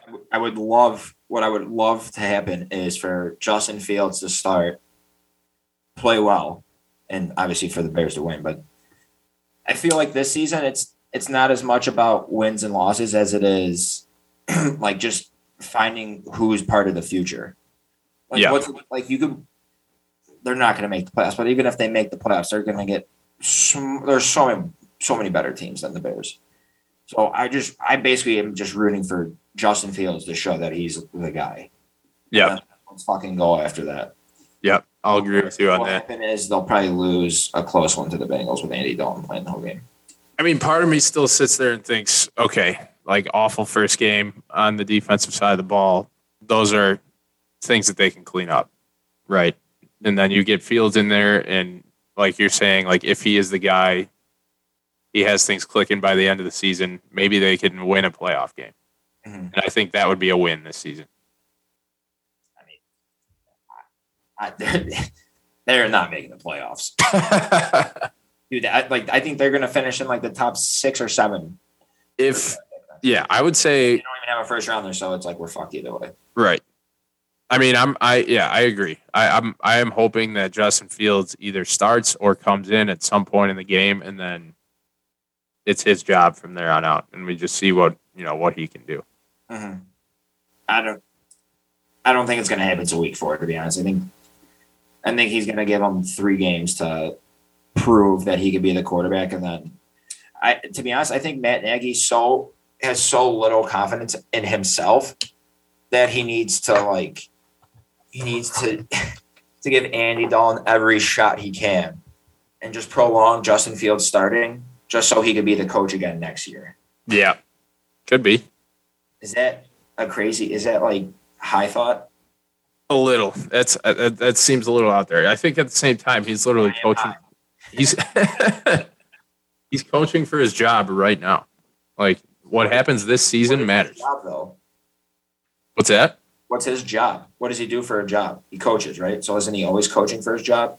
Speaker 4: I w- I would love what I would love to happen is for Justin Fields to start play well and obviously for the Bears to win, but I feel like this season it's it's not as much about wins and losses as it is like just finding who's part of the future. Like
Speaker 3: Yeah.
Speaker 4: what's like you could they're not going to make the playoffs, but even if they make the playoffs, they're going to get sm- there's so many so many better teams than the Bears. So I just I basically am just rooting for Justin Fields to show that he's the guy.
Speaker 3: Yeah,
Speaker 4: Let's fucking go after that.
Speaker 3: yeah, I'll agree with you on
Speaker 4: what
Speaker 3: that.
Speaker 4: happen is they'll probably lose a close one to the Bengals with Andy Dalton playing the whole game.
Speaker 3: I mean, part of me still sits there and thinks, okay, like awful first game on the defensive side of the ball. Those are things that they can clean up, right? And then you get Fields in there, and like you're saying, like if he is the guy, he has things clicking by the end of the season. Maybe they can win a playoff game.
Speaker 4: Mhm.
Speaker 3: and I think that would be a win this season.
Speaker 4: I, they're, they're not making the playoffs,
Speaker 3: if
Speaker 4: dude. I, like I think they're going to finish in like the top six or seven.
Speaker 3: yeah, I would
Speaker 4: They
Speaker 3: say
Speaker 4: don't even have a first rounder, so it's like we're fucked either way.
Speaker 3: right. I mean, I'm I yeah, I agree. I, I'm I am hoping that Justin Fields either starts or comes in at some point in the game, and then it's his job from there on out, and we just see what you know what he can do.
Speaker 4: Mhm. I don't. I don't think it's going to happen to week four. To be honest, I think. I think he's going to give them three games to prove that he could be the quarterback, and then, I to be honest, I think Matt Nagy so has so little confidence in himself that he needs to like he needs to to give Andy Dalton every shot he can, and just prolong Justin Fields starting just so he could be the coach again next year
Speaker 3: Yeah, could be
Speaker 4: is that a crazy is that like high thought
Speaker 3: a little. That's uh, that, that seems a little out there. I think at the same time, he's literally
Speaker 4: I am
Speaker 3: coaching. He's he's coaching for his job right now. Like what happens this
Speaker 4: What
Speaker 3: season
Speaker 4: is
Speaker 3: matters.
Speaker 4: his job though
Speaker 3: What's that?
Speaker 4: what's his job what does he do for a job he coaches right so isn't he always coaching for his job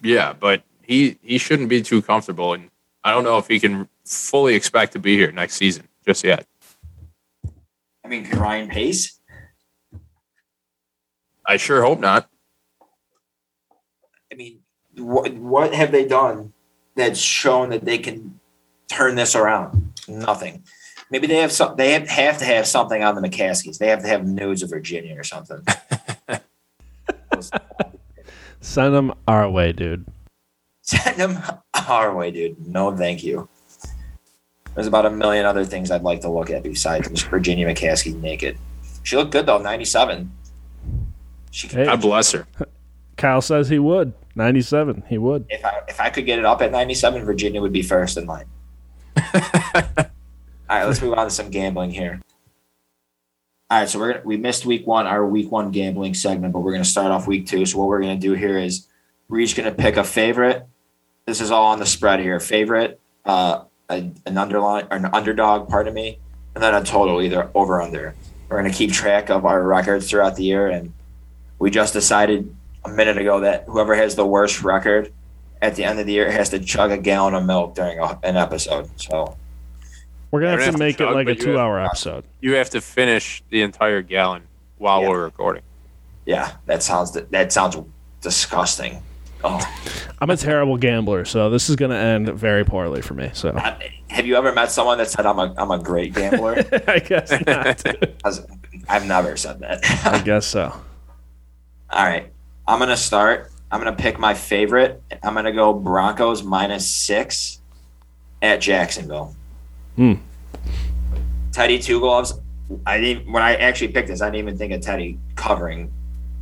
Speaker 3: Yeah, but he he shouldn't be too comfortable, and I don't know if he can fully expect to be here next season just yet.
Speaker 4: i mean can ryan pace
Speaker 3: I sure hope not.
Speaker 4: i mean what what have they done that's shown that they can turn this around nothing maybe they have some they have, have to have something on the mccaskies they have to have nudes of virginia or something
Speaker 2: Send them our way, dude.
Speaker 4: send them our way, dude. No, thank you. There's about a million other things I'd like to look at besides Miss Virginia McCaskey naked. She looked good though, 97. She could,
Speaker 2: Hey.
Speaker 3: God bless her.
Speaker 2: Kyle says he would. 97, he would.
Speaker 4: if I if I could get it up at 97, Virginia would be first in line. All right, let's move on to some gambling here. All right, so we're gonna, we missed week one, our week one gambling segment, but we're gonna start off week two. So what we're gonna do here is we're each gonna pick a favorite. This is all on the spread here. Favorite, uh, a, an underline or an underdog, pardon me, and then a total, either over or under. We're gonna keep track of our records throughout the year, and we just decided a minute ago that whoever has the worst record at the end of the year has to chug a gallon of milk during a, an episode. So
Speaker 2: We're going
Speaker 3: We're
Speaker 2: to have
Speaker 3: gonna have
Speaker 2: to make
Speaker 3: to
Speaker 2: it
Speaker 3: chug,
Speaker 2: like a
Speaker 3: but you have-
Speaker 2: two hour episode.
Speaker 3: You have to finish the entire gallon while
Speaker 4: Yeah.
Speaker 3: we're recording.
Speaker 4: yeah, that sounds that sounds disgusting. Oh,
Speaker 2: I'm a terrible gambler, so this is going to end very poorly for me. So
Speaker 4: I- have you ever met someone that said I'm a I'm a great gambler?
Speaker 2: I guess not.
Speaker 4: I was- I've never said
Speaker 2: I
Speaker 4: that.
Speaker 2: guess so.
Speaker 4: All right, I'm gonna start. I'm gonna pick my favorite. I'm gonna go Broncos minus six at Jacksonville.
Speaker 2: Hmm.
Speaker 4: Teddy two gloves. I didn't when I actually picked this. I didn't even think of Teddy covering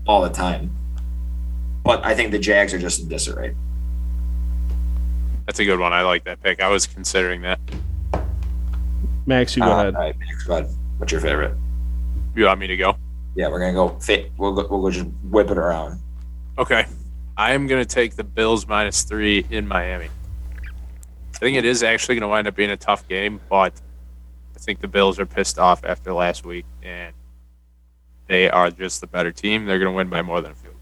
Speaker 4: all the time. But I think the Jags are just in disarray.
Speaker 3: That's a good one. I like that pick. I was considering that.
Speaker 2: Max, you go
Speaker 4: Uh,
Speaker 2: ahead.
Speaker 4: All right, Max, go ahead. What's your favorite?
Speaker 3: You want me to go?
Speaker 4: Yeah, we're gonna go fit. We'll go, we'll go just whip it around.
Speaker 3: Okay. I am going to take the Bills minus three in Miami. I think it is actually going to wind up being a tough game, but I think the Bills are pissed off after last week, and they are just the better team. They're going to win by more than a field.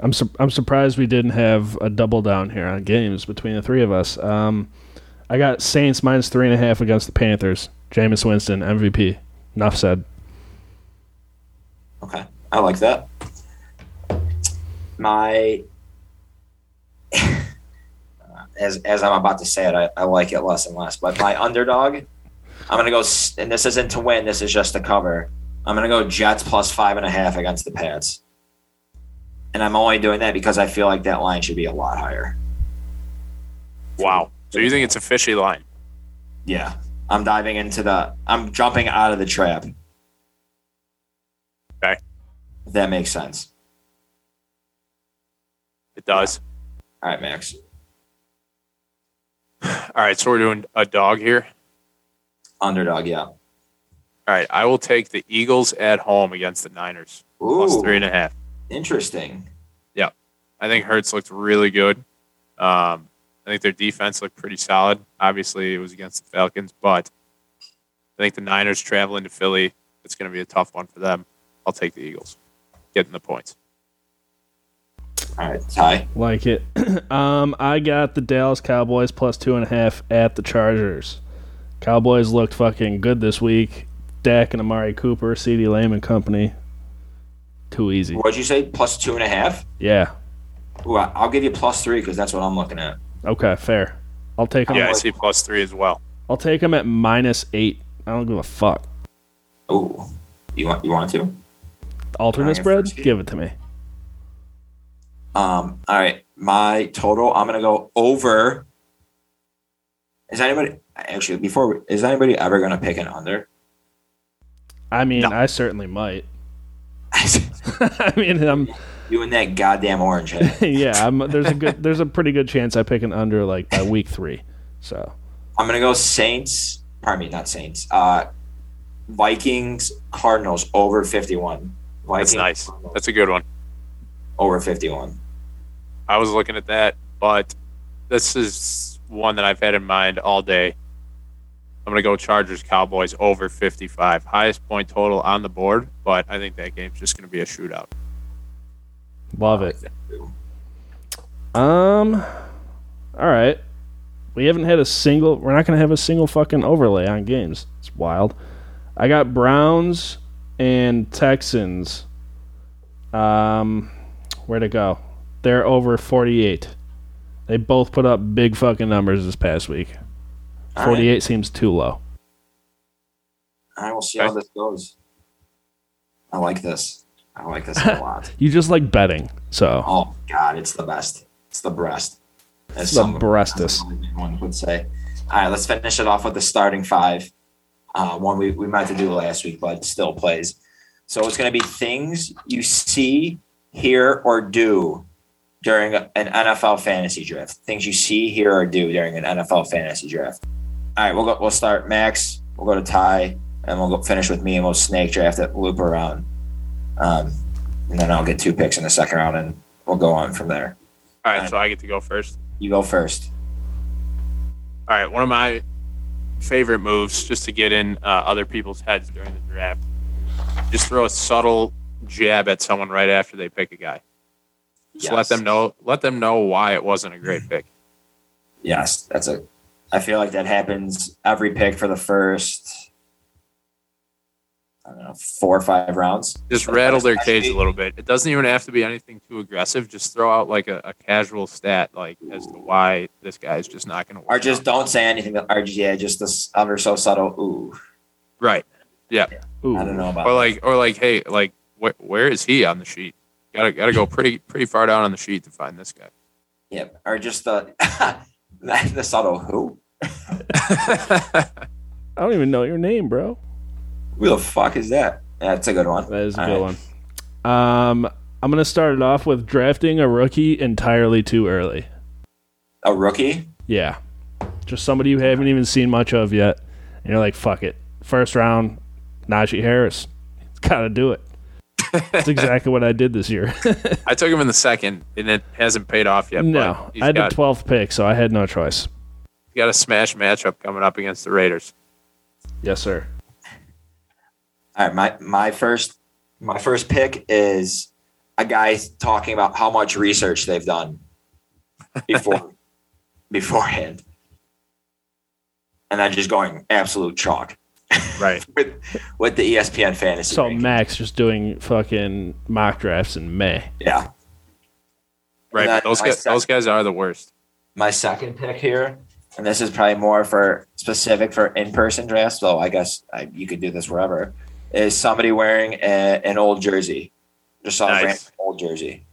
Speaker 2: I'm sur- I'm surprised we didn't have a double down here on games between the three of us. Um, I got Saints minus three and a half against the Panthers. Jameis Winston MVP. Enough said.
Speaker 4: Okay, I like that. My as as I'm about to say it, I, I like it less and less. But my underdog, I'm gonna go, s- and this isn't to win. This is just to cover. I'm gonna go Jets plus five and a half against the Pats. And I'm only doing that because I feel like that line should be a lot higher.
Speaker 3: Wow. So you think it's a fishy line?
Speaker 4: Yeah, I'm diving into the. I'm jumping out of the trap.
Speaker 3: Okay.
Speaker 4: If that makes sense.
Speaker 3: It does.
Speaker 4: All right, Max.
Speaker 3: All right. So we're doing a dog here.
Speaker 4: Underdog, yeah.
Speaker 3: All right. I will take the Eagles at home against the Niners plus
Speaker 4: Ooh,
Speaker 3: three and a half.
Speaker 4: interesting.
Speaker 3: I think Hertz looked really good. Um, I think their defense looked pretty solid. Obviously, it was against the Falcons, but I think the Niners traveling to Philly. It's going to be a tough one for them. I'll take the Eagles, getting the points.
Speaker 4: All right, Ty.
Speaker 2: Like it. um, I got the Dallas Cowboys plus two and a half at the Chargers. Cowboys looked fucking good this week. Dak and Amari Cooper, CeeDee Lamb and company. Too easy.
Speaker 4: What'd you say? Plus two and a half?
Speaker 2: Yeah.
Speaker 4: Ooh, I- I'll give you plus three because that's what I'm looking at.
Speaker 2: Okay, fair. I'll take them.
Speaker 3: Yeah, I see plus three as well.
Speaker 2: I'll take them at minus eight. I don't give a fuck.
Speaker 4: Ooh, you want you want to?
Speaker 2: Alternate
Speaker 4: Alright,
Speaker 2: spread?
Speaker 4: first team.
Speaker 2: Give it to me.
Speaker 4: Um, all right, my total. I'm gonna go over. Is anybody actually before? we- Is anybody ever gonna pick an under?
Speaker 2: I mean,
Speaker 3: No.
Speaker 2: I certainly might. I mean, I'm
Speaker 4: you and that goddamn orange head.
Speaker 2: yeah. I'm, there's a good, there's a pretty good chance I pick an under like by week three. So
Speaker 4: I'm gonna go Saints. Pardon me, not Saints. Uh, Vikings Cardinals over 51. Vikings,
Speaker 3: That's nice.
Speaker 4: Cardinals
Speaker 3: That's a good one.
Speaker 4: over 51.
Speaker 3: I was looking at that, but this is one that I've had in mind all day. I'm going to go Chargers Cowboys over 55. Highest point total on the board, but I think that game's just going to be a shootout.
Speaker 2: love it. Um, all right. We haven't had a single. We're not going to have a single fucking overlay on games. It's wild. I got Browns and Texans. Um, where to go? They're over forty-eight. They both put up big fucking numbers this past week.
Speaker 4: All right.
Speaker 2: Forty-eight seems too low.
Speaker 4: All right, we'll see how this goes. I like this. I like this a lot.
Speaker 2: You just like betting, so
Speaker 4: Oh God, it's the best. It's the breast. As
Speaker 2: the
Speaker 4: some-
Speaker 2: breastus.
Speaker 4: as One would say. All right, let's finish it off with the starting five. Uh, one we, we meant to do last week, but still plays. So it's going to be things you see, hear, or do during an NFL fantasy draft. Things you see, hear, or do during an NFL fantasy draft. All right, we'll go. We'll start Max. We'll go to Ty, and we'll go finish with me, and we'll snake draft it, loop around, um, and then I'll get two picks in the second round, and we'll go on from there.
Speaker 3: All right, so I get to go first.
Speaker 4: You go first.
Speaker 3: All right, one of my favorite moves just to get in uh, other people's heads during the draft. Just throw a subtle jab at someone right after they pick a guy. Just let
Speaker 4: Yes.
Speaker 3: them know let them know why it wasn't a great pick.
Speaker 4: Yes, that's a. I feel like that happens every pick for the first. I don't know, four or five rounds.
Speaker 3: Just rattle their cage a little bit. It doesn't even have to be anything too aggressive. Just throw out like a, a casual stat like as to why this guy's just not going to work.
Speaker 4: Or just don't say anything. Or just, yeah, just this ever so subtle. Ooh,
Speaker 3: right.
Speaker 2: Ooh.
Speaker 4: I don't know about.
Speaker 3: Or like or like hey, like wh- where is he on the sheet? Got to got to go pretty pretty far down on the sheet to find this guy.
Speaker 4: Yep. Or just the the subtle. Who?
Speaker 2: I don't even know your name, bro.
Speaker 4: Who the fuck is that? That's a good one.
Speaker 2: That is a
Speaker 4: All
Speaker 2: good
Speaker 4: right.
Speaker 2: one. Um, I'm gonna start it off with drafting a rookie entirely too early.
Speaker 4: A rookie.
Speaker 2: Yeah, just somebody you haven't even seen much of yet, and you're like, "Fuck it." First round, Najee Harris. Gotta do it. That's exactly what I did this year.
Speaker 3: I took him in the second, and it hasn't paid off yet.
Speaker 2: no,
Speaker 3: but he's
Speaker 2: I had
Speaker 3: got,
Speaker 2: the 12th pick, so I had no choice.
Speaker 3: he's got a smash matchup coming up against the Raiders.
Speaker 2: Yes, sir.
Speaker 4: All right, my my first my first pick is a guy talking about how much research they've done before beforehand, and then just going absolute chalk
Speaker 3: Right.
Speaker 4: with with the E ESPN fantasy.
Speaker 2: So
Speaker 4: ranking.
Speaker 2: Max just doing fucking mock drafts in May.
Speaker 4: yeah,
Speaker 3: Right.
Speaker 4: That-
Speaker 3: But those
Speaker 4: my
Speaker 3: guys,
Speaker 4: second-
Speaker 3: those guys are the worst.
Speaker 4: my second pick here, and this is probably more for specific for in person drafts. So I guess I, you could do this wherever. Is somebody wearing a, an old jersey? Just saw
Speaker 3: Nice.
Speaker 4: a random old jersey.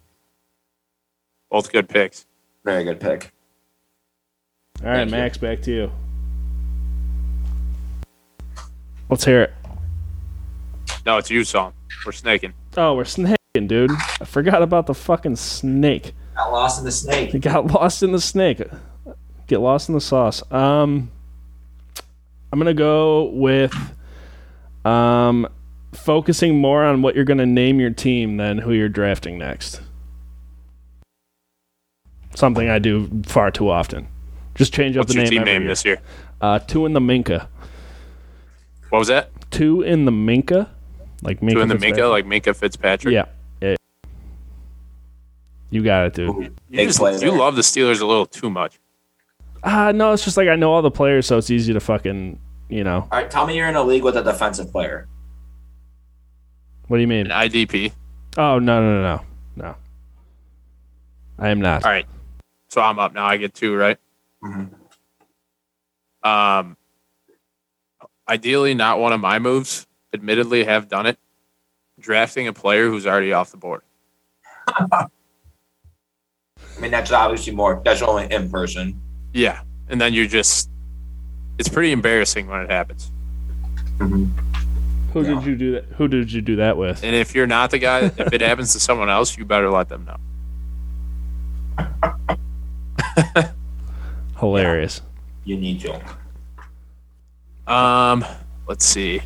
Speaker 3: Both good picks.
Speaker 4: Very good pick.
Speaker 2: All right,
Speaker 4: Thank you.
Speaker 2: Max, back to you. Let's hear it.
Speaker 3: No, it's you, Song. We're snaking.
Speaker 2: Oh, we're snaking, dude. I forgot about the fucking snake.
Speaker 4: Got lost in the snake.
Speaker 2: It got lost in the snake. Get lost in the sauce. Um, I'm gonna go with um focusing more on what you're gonna name your team than who you're drafting next. Something I do far too often. Just change up
Speaker 3: What's
Speaker 2: the
Speaker 3: your team
Speaker 2: name. Uh, every
Speaker 3: name
Speaker 2: year.
Speaker 3: this year?
Speaker 2: Uh, two in the Minka.
Speaker 3: What was that?
Speaker 2: Two in the Minka, like Minka
Speaker 3: Doing the
Speaker 2: Fitzpatrick.
Speaker 3: Minka, like Minka Fitzpatrick.
Speaker 2: yeah. yeah, you got it, dude.
Speaker 3: You,
Speaker 4: Big
Speaker 3: just,
Speaker 4: play
Speaker 3: you
Speaker 4: there.
Speaker 3: love the Steelers a little too much.
Speaker 2: Uh, no, it's just like I know all the players, so it's easy to fucking, you know.
Speaker 4: All right, tell me you're in a league with a defensive player.
Speaker 2: What do you mean?
Speaker 3: An IDP.
Speaker 2: Oh no no no no, no. I am not.
Speaker 3: All right. So I'm up now. I get two, right?
Speaker 4: Mhm.
Speaker 3: Um, ideally, not one of my moves. Admittedly, have done it. Drafting a player who's already off the board.
Speaker 4: I mean, that's obviously more. That's only in person.
Speaker 3: Yeah, and then you're just. It's pretty embarrassing when it happens.
Speaker 2: Mm-hmm. Who
Speaker 4: No.
Speaker 2: did you do that? Who did you do that with?
Speaker 3: And if you're not the guy, if it happens to someone else, you better let them know.
Speaker 2: Hilarious.
Speaker 4: You need to.
Speaker 3: Um, let's see.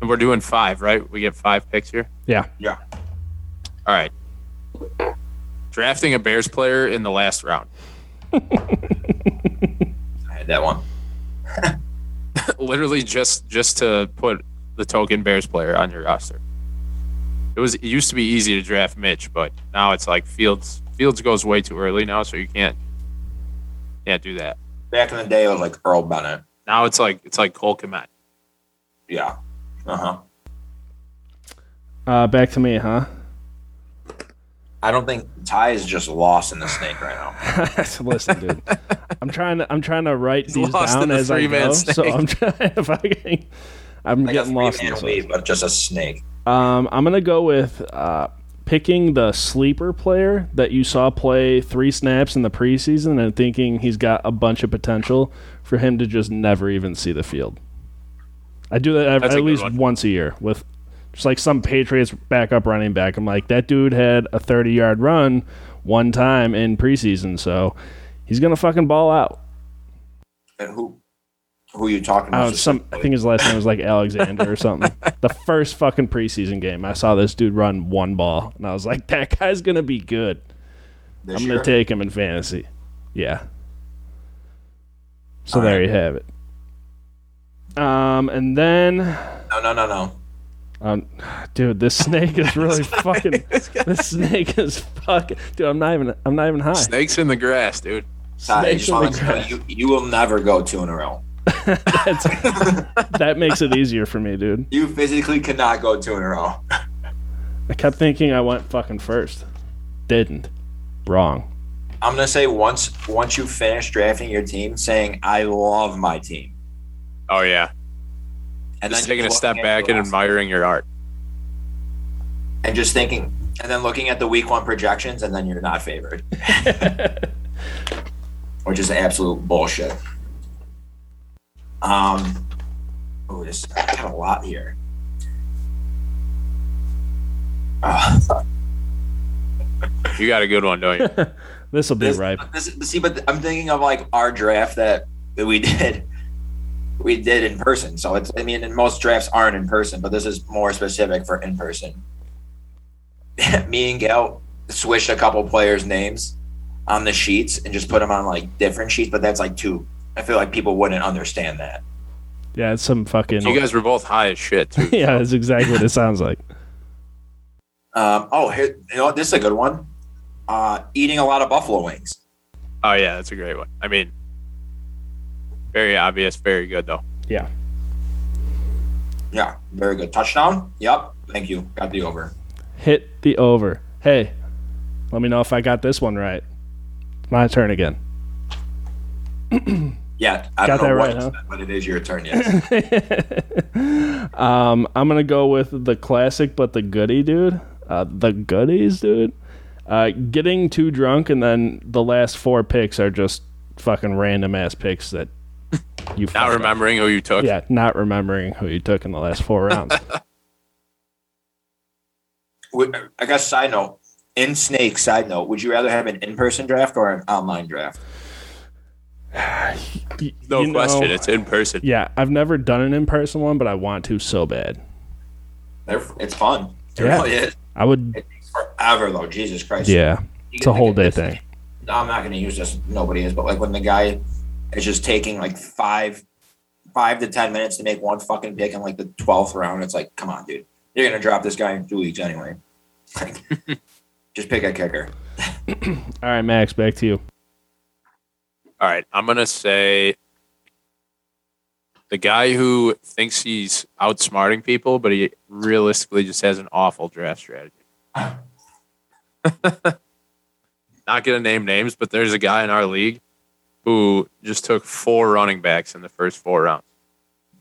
Speaker 3: And we're doing five, right? We get five picks here.
Speaker 2: Yeah.
Speaker 4: Yeah.
Speaker 3: All right. Drafting a Bears player in the last round.
Speaker 4: I had that one.
Speaker 3: Literally just just to put the token Bears player on your roster. It was it used to be easy to draft Mitch, but now it's like Fields Fields goes way too early now, so you can't can't do that.
Speaker 4: Back in the day, it was like Earl Bennett.
Speaker 3: Now it's like it's like Cole Komet.
Speaker 4: Yeah. Uh huh.
Speaker 2: Uh, back to me, huh?
Speaker 4: I don't think Ty is just lost in the snake right now.
Speaker 2: Listen, dude. I'm trying to I'm trying to write these
Speaker 3: lost in
Speaker 2: down
Speaker 3: a
Speaker 2: as I
Speaker 3: three-man
Speaker 2: go.
Speaker 3: snake.
Speaker 2: So I'm trying if I can, I'm
Speaker 4: Like a
Speaker 2: getting lost in
Speaker 4: three-man
Speaker 2: this. one.
Speaker 4: weave, but just a snake.
Speaker 2: Um, I'm gonna go with uh, picking the sleeper player that you saw play three snaps in the preseason and thinking he's got a bunch of potential for him to just never even see the field. I do that at,
Speaker 3: That's a
Speaker 2: at
Speaker 3: good
Speaker 2: least
Speaker 3: one.
Speaker 2: once a year with just like some Patriots backup running back. I'm like that dude had a 30 yard run one time in preseason, so he's gonna fucking ball out.
Speaker 4: And who? Who are you talking
Speaker 2: I
Speaker 4: about?
Speaker 2: was Uh, some I think his last name was like Alexander or something. The first fucking preseason game, I saw this dude run one ball, and I was like, "That guy's gonna be good.
Speaker 4: This
Speaker 2: I'm
Speaker 4: year?
Speaker 2: gonna take him in fantasy." Yeah. So
Speaker 4: All
Speaker 2: there you have it. Um, and then,
Speaker 4: No, no, no, no.
Speaker 2: um, dude, this snake is really fucking. This snake is fucking. Dude, I'm not even. I'm not even high.
Speaker 3: Snakes in the grass, dude.
Speaker 4: Ty, I just
Speaker 2: in the
Speaker 4: want to know,
Speaker 2: grass.
Speaker 4: you, you will never go two in a row.
Speaker 2: That's- that makes it easier for me, dude.
Speaker 4: You physically cannot go two in a row.
Speaker 2: I kept thinking I went fucking first. Didn't. Wrong.
Speaker 4: I'm gonna say once once you finish drafting your team, saying I love my team,
Speaker 3: Oh yeah.
Speaker 4: and
Speaker 3: Just
Speaker 4: then
Speaker 3: taking a
Speaker 4: looking
Speaker 3: step
Speaker 4: at
Speaker 3: back
Speaker 4: your
Speaker 3: and
Speaker 4: roster
Speaker 3: admiring your art.
Speaker 4: and just thinking, and then looking at the week one projections, and then you're not favored, which is absolute bullshit. Um, oh, this I got a lot here. Ah,
Speaker 3: You got a good one, don't you?
Speaker 2: This will be
Speaker 4: this-
Speaker 2: ripe.
Speaker 4: this- see, but I'm thinking of like our draft that, that we did, we did in person. So it's, I mean, and most drafts aren't in person, but this is more specific for in person. Me and Gail swished a couple players' names on the sheets and just put them on like different sheets, but that's like too. I feel like people wouldn't understand that.
Speaker 2: Yeah, it's some fucking.
Speaker 3: You guys were both high as shit too.
Speaker 2: yeah, that's exactly what it sounds like.
Speaker 4: Um, oh, here, you know what? This is a good one. Uh, eating a lot of buffalo wings.
Speaker 3: Oh yeah, that's a great one. I mean, very obvious, very good though.
Speaker 2: Yeah.
Speaker 4: Yeah, very good touchdown. Yep, thank you. Got the over.
Speaker 2: Hit the over. Hey, let me know if I got this one right. My turn again.
Speaker 4: Yeah, I
Speaker 2: Got that
Speaker 4: don't know what
Speaker 2: right,
Speaker 4: you
Speaker 2: huh?
Speaker 4: said, but it is your turn. Yes.
Speaker 2: um, I'm gonna go with the classic, but the goody dude. Uh, the goodies, dude. Uh, getting too drunk, and then the last four picks are just fucking random ass picks that you
Speaker 3: Not
Speaker 2: fucked up.
Speaker 3: remembering who you took.
Speaker 2: Yeah, not remembering who you took in the last four rounds.
Speaker 4: Would, I guess side note in snake side note would you rather have an in-person draft or an online draft
Speaker 2: Y-
Speaker 3: No
Speaker 2: you know-
Speaker 3: question, it's in person.
Speaker 2: Yeah, I've never done an in person one, but I want to so bad.
Speaker 4: They're, it's fun It
Speaker 2: Yeah.
Speaker 4: really is.
Speaker 2: I would.
Speaker 4: It's forever though jesus christ
Speaker 2: Yeah,
Speaker 4: You
Speaker 2: it's a
Speaker 4: can
Speaker 2: whole
Speaker 4: think
Speaker 2: day
Speaker 4: of
Speaker 2: thing.
Speaker 4: this- i'm not going to use this nobody is but like when the guy is just taking like five five to ten minutes to make one fucking pick in like the twelfth round. It's like, come on, dude, you're gonna drop this guy in two weeks anyway. Like, just pick a kicker.
Speaker 2: All right, Max, back to you.
Speaker 3: All right, I'm gonna say the guy who thinks he's outsmarting people, but he realistically just has an awful draft strategy. Not gonna name names, but there's a guy in our league who just took four running backs in the first four rounds.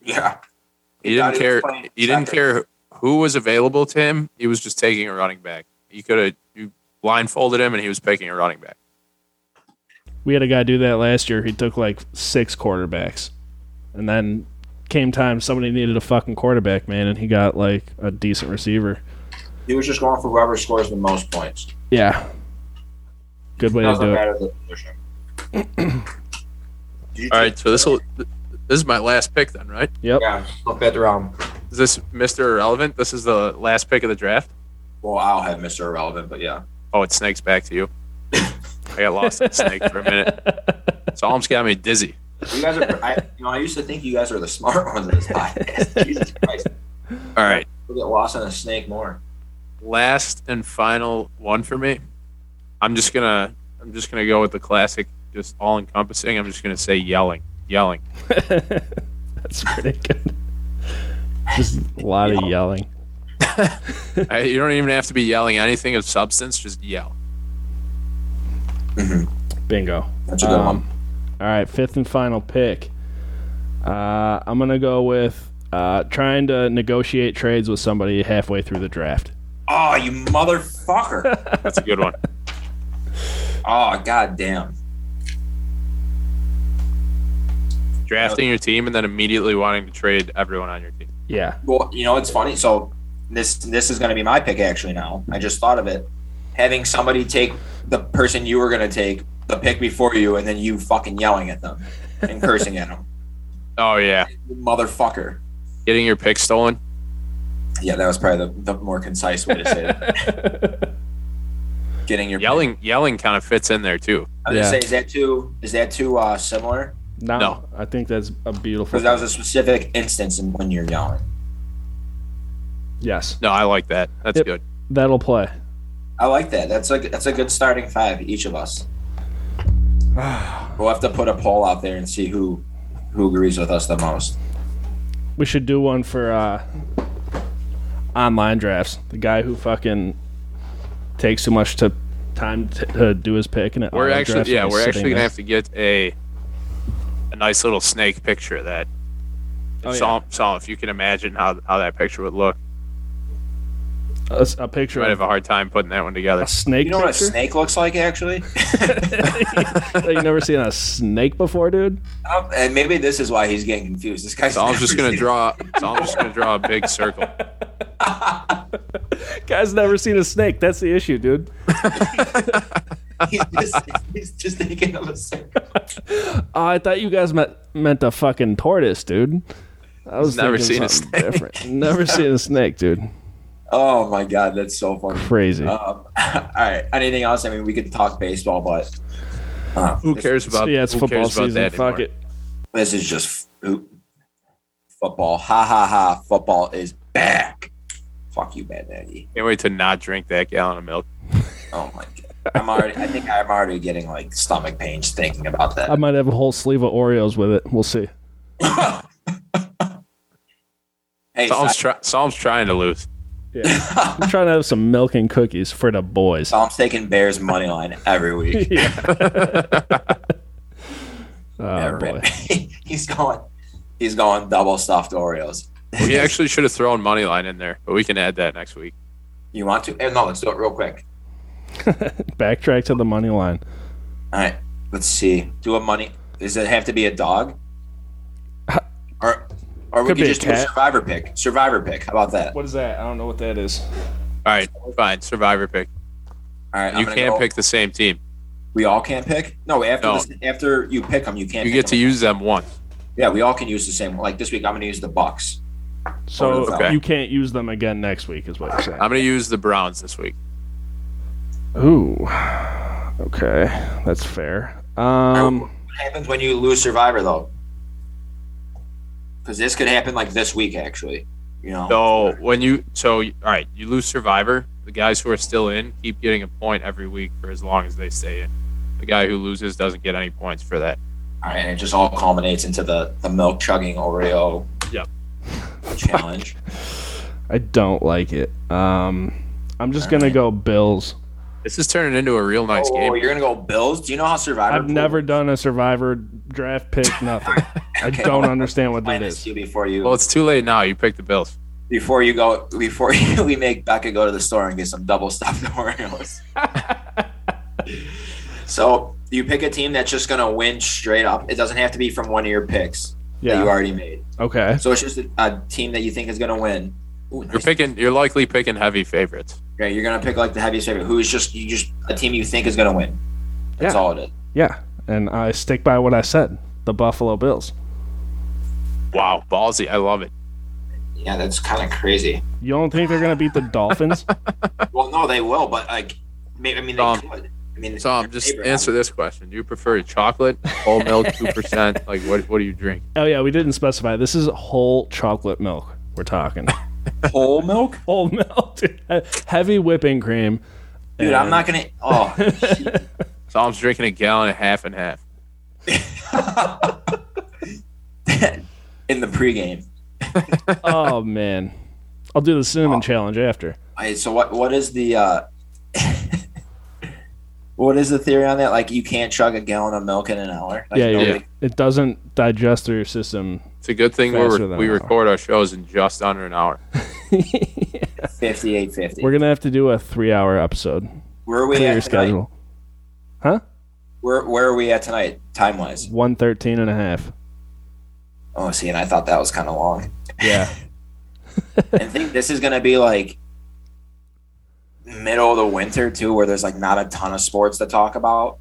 Speaker 4: Yeah,
Speaker 3: He didn't
Speaker 4: Thought he was
Speaker 3: care.
Speaker 4: playing
Speaker 3: He didn't
Speaker 4: soccer.
Speaker 3: care who was available to him. He was just taking a running back. He could have you blindfolded him, and he was picking a running back.
Speaker 2: We had a guy do that last year. He took like six quarterbacks, and then came time somebody needed a fucking quarterback, man, and he got like a decent receiver.
Speaker 4: he was just going for whoever scores the most points.
Speaker 2: Yeah, good way to
Speaker 4: Doesn't
Speaker 2: do it.
Speaker 4: matter the position. Did you
Speaker 3: All
Speaker 4: take-
Speaker 3: right, so this will this is my last pick then, right?
Speaker 2: Yep.
Speaker 4: Yeah, the fifth round.
Speaker 3: Is this Mr. Irrelevant? This is the last pick of the draft.
Speaker 4: Well, I'll have Mr. Irrelevant, but yeah.
Speaker 3: Oh, it snakes back to you. I got lost in snake for a minute. It's almost got me dizzy.
Speaker 4: You guys are, I, you know, I used to think you guys were the smart ones in this podcast. Jesus Christ.
Speaker 3: All right,
Speaker 4: We'll get lost in a snake more.
Speaker 3: last and final one for me. I'm just gonna I'm just gonna go with the classic, just all encompassing. I'm just gonna say yelling, yelling.
Speaker 2: That's pretty good. Just a lot of yelling.
Speaker 3: I, you don't even have to be yelling anything of substance. Just yell.
Speaker 2: Bingo.
Speaker 4: That's a good one.
Speaker 2: Um, All right, fifth and final pick. Uh, I'm gonna go with uh, trying to negotiate trades with somebody halfway through the draft.
Speaker 4: Oh, you motherfucker.
Speaker 3: That's a good one.
Speaker 4: oh, goddamn.
Speaker 3: Drafting your team and then immediately wanting to trade everyone on your team.
Speaker 2: Yeah.
Speaker 4: Well, you know, it's funny. So this this is going to be my pick actually now. I just thought of it. Having somebody take the person you were going to take the pick before you and then you fucking yelling at them and cursing at them.
Speaker 3: Oh yeah,
Speaker 4: You motherfucker.
Speaker 3: getting your pick stolen.
Speaker 4: Yeah, that was probably the, the more concise way to say it. Getting your
Speaker 3: Yelling, yelling kind of fits in there too.
Speaker 4: I was
Speaker 2: Yeah.
Speaker 4: gonna say, is that too? Is that too uh, similar?
Speaker 2: No,
Speaker 3: No.
Speaker 2: I think that's a beautiful.
Speaker 4: Because that was a specific instance in when you're yelling.
Speaker 2: yes,
Speaker 3: No, I like that. That's
Speaker 2: Yep.
Speaker 3: good.
Speaker 2: that'll play.
Speaker 4: I like that. That's like that's a good starting five. Each of us. we'll have to put a poll out there and see who who agrees with us the most.
Speaker 2: We should do one for uh, online drafts. The guy who fucking takes too much to time to, to do his pick, and it
Speaker 3: We're
Speaker 2: auto
Speaker 3: actually,
Speaker 2: drafts
Speaker 3: yeah,
Speaker 2: him
Speaker 3: we're
Speaker 2: sitting
Speaker 3: actually gonna
Speaker 2: there.
Speaker 3: have to get a a nice little snake picture of that.
Speaker 2: Oh, yeah.
Speaker 3: Saul, Saul, if you can imagine how, how that picture would look,
Speaker 2: a, s- a
Speaker 3: you
Speaker 2: picture
Speaker 3: might
Speaker 2: of
Speaker 3: have a hard time putting that one together.
Speaker 2: a snake.
Speaker 4: You know what a
Speaker 2: picture?
Speaker 4: snake looks like, actually.
Speaker 2: you never seen a snake before, dude?
Speaker 4: Um, and maybe this is why he's getting confused. This guy's.
Speaker 3: Saul's just
Speaker 4: never
Speaker 3: gonna
Speaker 4: seen-
Speaker 3: draw. Saul's just gonna draw a big circle.
Speaker 2: Guy's never seen a snake. That's the issue, dude.
Speaker 4: He's just, he's just thinking of a circle.
Speaker 2: Oh, I thought you guys meant meant a fucking tortoise, dude. I was
Speaker 3: Never
Speaker 2: thinking
Speaker 3: seen a
Speaker 2: something different. Never seen a snake, dude.
Speaker 4: Oh my god, that's so funny.
Speaker 2: Crazy.
Speaker 3: Uh,
Speaker 4: Um, all right. Anything else? I mean, we could talk baseball, but uh,
Speaker 3: Who
Speaker 4: this-
Speaker 3: cares
Speaker 2: So,
Speaker 3: about?
Speaker 2: yeah, it's
Speaker 3: who
Speaker 2: football
Speaker 3: cares about
Speaker 2: season.
Speaker 3: that
Speaker 2: Fuck
Speaker 3: anymore?
Speaker 2: it.
Speaker 4: This is just f- oop. football. Ha ha ha! Football is back. Fuck you, Bad Daddy.
Speaker 3: Can't wait to not drink that gallon of milk.
Speaker 4: Oh my god. I'm already. I think I'm already getting like stomach pains thinking about
Speaker 2: I
Speaker 4: that.
Speaker 2: might have a whole sleeve of Oreos with it. We'll see.
Speaker 4: Hey,
Speaker 3: Psalm's,
Speaker 4: Psalms,
Speaker 3: try, Psalm's trying to lose.
Speaker 2: Yeah. I'm trying to have some milk and cookies for the boys.
Speaker 3: Oh,
Speaker 4: Psalms taking Bears money line every week.
Speaker 2: Oh, boy.
Speaker 4: he's going. He's going double stuffed Oreos.
Speaker 3: We actually should have thrown money line in there, but we can add that next week.
Speaker 4: You want to? Eh, No, let's do it real quick.
Speaker 2: Backtrack to the money line.
Speaker 4: All right, let's see. Do a money. Does it have to be a dog? Or, or
Speaker 2: Could
Speaker 4: we could
Speaker 2: be a
Speaker 4: just do a
Speaker 2: cat.
Speaker 4: survivor pick. Survivor pick. How about that? All
Speaker 2: What is that? I don't know what that is.
Speaker 3: All right, fine. Survivor pick.
Speaker 4: right, I'm
Speaker 3: You
Speaker 4: gonna
Speaker 3: can't
Speaker 4: go-
Speaker 3: pick the same team.
Speaker 4: We all can't pick. No, after
Speaker 3: No.
Speaker 4: This, after you pick them, you can't.
Speaker 3: You
Speaker 4: pick
Speaker 3: get to
Speaker 4: them.
Speaker 3: use them once.
Speaker 4: Yeah, we all can use the same. Like this week, I'm gonna use the Bucks.
Speaker 2: So
Speaker 4: Okay.
Speaker 2: you can't use them again next week, is what you're saying.
Speaker 3: Oh, I'm gonna use the Browns this week.
Speaker 2: Ooh. Okay. That's fair. Um.
Speaker 4: what happens when you lose Survivor though? because this could happen like this week, actually. You know,
Speaker 3: So when you so all right, you lose Survivor. The guys who are still in keep getting a point every week for as long as they stay in. The guy who loses doesn't get any points for that.
Speaker 4: all right, and it just all culminates into the the milk chugging Oreo.
Speaker 3: Yep.
Speaker 4: Challenge.
Speaker 2: I don't like it. Um, I'm just gonna go Bills.
Speaker 3: This is turning into a real nice
Speaker 4: oh,
Speaker 3: game.
Speaker 4: you're gonna go Bills? Do you know how Survivor?
Speaker 2: I've
Speaker 4: pool
Speaker 2: never done a Survivor draft pick. Nothing. I don't understand what
Speaker 4: explain
Speaker 2: that
Speaker 4: this
Speaker 2: is.
Speaker 4: to you before you
Speaker 3: Well, it's too late now. You picked the Bills.
Speaker 4: before you go before you, we make Becca go to the store and get some double stuffed Oreos. so you pick a team that's just gonna win straight up. It doesn't have to be from one of your picks that you
Speaker 2: Yeah.
Speaker 4: already made.
Speaker 2: Okay.
Speaker 4: So it's just a, a team that you think is gonna win. Ooh,
Speaker 3: You're
Speaker 4: nice.
Speaker 3: picking. You're likely picking heavy favorites.
Speaker 4: Yeah, you're gonna pick like the heaviest favorite, who is just you just a team you think is gonna win. That's
Speaker 2: Yeah.
Speaker 4: all it is.
Speaker 2: Yeah. And I stick by what I said. The Buffalo Bills.
Speaker 3: Wow, ballsy! I love it.
Speaker 4: Yeah, that's kind of crazy.
Speaker 2: You don't think they're gonna beat the Dolphins?
Speaker 4: well, no, they will, but like, maybe I mean they
Speaker 3: Tom.
Speaker 4: could. I mean,
Speaker 3: Tom,
Speaker 4: they're
Speaker 3: um, just
Speaker 4: favorite,
Speaker 3: answer this question: Do you prefer chocolate, whole milk, two percent? Like, what? What do you drink?
Speaker 2: Oh yeah, we didn't specify. This is whole chocolate milk. We're talking
Speaker 4: whole milk.
Speaker 2: whole milk, dude. heavy whipping cream.
Speaker 4: Dude, I'm not gonna. Oh,
Speaker 3: Tom's drinking a gallon and a half and half.
Speaker 4: in the pregame.
Speaker 2: Oh man, I'll do the
Speaker 4: Oh.
Speaker 2: cinnamon challenge after.
Speaker 4: All right, so what? What is the? uh What is the theory on that? Like, you can't chug a gallon of milk in an hour. Like,
Speaker 2: yeah, yeah,
Speaker 4: nobody-
Speaker 2: It doesn't digest through your system.
Speaker 3: It's a good thing we're,
Speaker 2: Faster than
Speaker 3: we
Speaker 2: an hour.
Speaker 3: record our shows in just under an hour.
Speaker 4: Fifty-eight, fifty.
Speaker 2: We're gonna have to do a three-hour episode.
Speaker 4: Where are we
Speaker 2: Clear your
Speaker 4: at tonight?
Speaker 2: schedule. Huh?
Speaker 4: Where Where are we at tonight, time wise?
Speaker 2: One thirteen and a half.
Speaker 4: Oh, see, and I thought that was kind of long.
Speaker 2: Yeah.
Speaker 4: and think this is gonna be like middle of the winter too, where there's like not a ton of sports to talk about.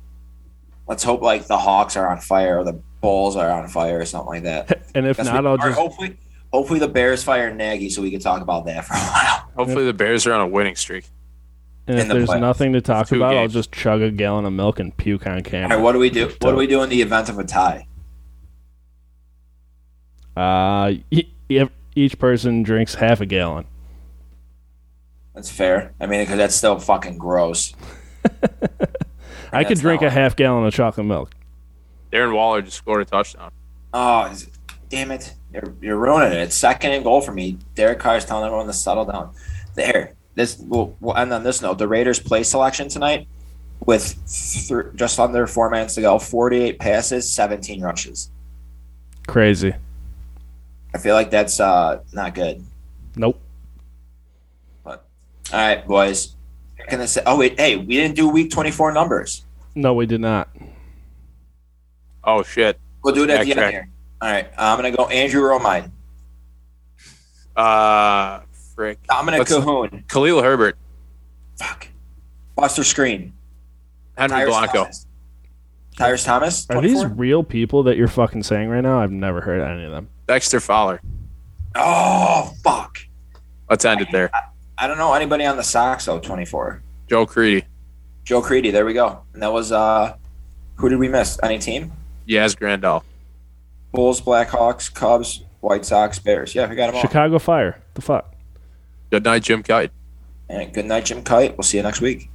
Speaker 4: Let's hope like the Hawks are on fire or the Bulls are on fire or something like that.
Speaker 2: And if
Speaker 4: That's
Speaker 2: not,
Speaker 4: what-
Speaker 2: I'll
Speaker 4: or
Speaker 2: just
Speaker 4: hopefully hopefully the Bears fire Nagy so we can talk about that for a while.
Speaker 3: Hopefully, the Bears are on a winning streak.
Speaker 2: and
Speaker 4: in
Speaker 2: if
Speaker 4: the
Speaker 2: there's
Speaker 4: playoffs.
Speaker 2: nothing to talk
Speaker 3: Two
Speaker 2: about, I'll
Speaker 3: games.
Speaker 2: just chug a gallon of milk and puke on
Speaker 4: All right,
Speaker 2: camera.
Speaker 4: what do we do? What do we do in the event of a tie?
Speaker 2: Uh, e- e- each person drinks half a gallon.
Speaker 4: That's fair. I mean, because that's still fucking gross.
Speaker 2: I could
Speaker 4: That's
Speaker 2: drink
Speaker 4: not-
Speaker 2: a half gallon of chocolate milk.
Speaker 3: Darren Waller just scored a touchdown.
Speaker 4: Oh, is- damn it! You're, you're ruining it. It's second and goal for me. Derek Carr is telling everyone to settle down. There. This we'll, we'll end on this note. The Raiders' play selection tonight, with th- just under four minutes to go, 48 passes, 17 rushes.
Speaker 2: Crazy.
Speaker 4: I feel like that's uh, not good.
Speaker 2: Nope.
Speaker 4: But all right, boys. Can I say? Oh wait, hey, we didn't do week 24 numbers.
Speaker 2: No, we did not.
Speaker 3: Oh shit!
Speaker 4: We'll do it at the
Speaker 3: Backtrack.
Speaker 4: end here. All right, I'm gonna go Andrew Romine,
Speaker 3: Uh, frick.
Speaker 4: Dominic
Speaker 3: Let's-
Speaker 4: Cahoon,
Speaker 3: Khalil Herbert,
Speaker 4: fuck, Buster Screen,
Speaker 3: Henry Blanco.
Speaker 4: Thomas. Tyrus Thomas.
Speaker 2: Are these
Speaker 4: 24?
Speaker 2: real people that you're fucking saying right now? I've never heard any of them.
Speaker 3: Dexter Fowler.
Speaker 4: Oh fuck!
Speaker 3: Let's end it there.
Speaker 4: I don't know anybody on the Sox though. Twenty four.
Speaker 3: Joe Creedy,
Speaker 4: Joe Creedy. There we go. And that was uh, who did we miss? Any team?
Speaker 3: Yaz Grandal.
Speaker 4: Bulls, Blackhawks, Cubs, White Sox, Bears. Yeah, we got them all.
Speaker 2: Chicago Fire. The fuck.
Speaker 3: Good night, Jim Kite.
Speaker 4: All right, good night, Jim Kite. We'll see you next week.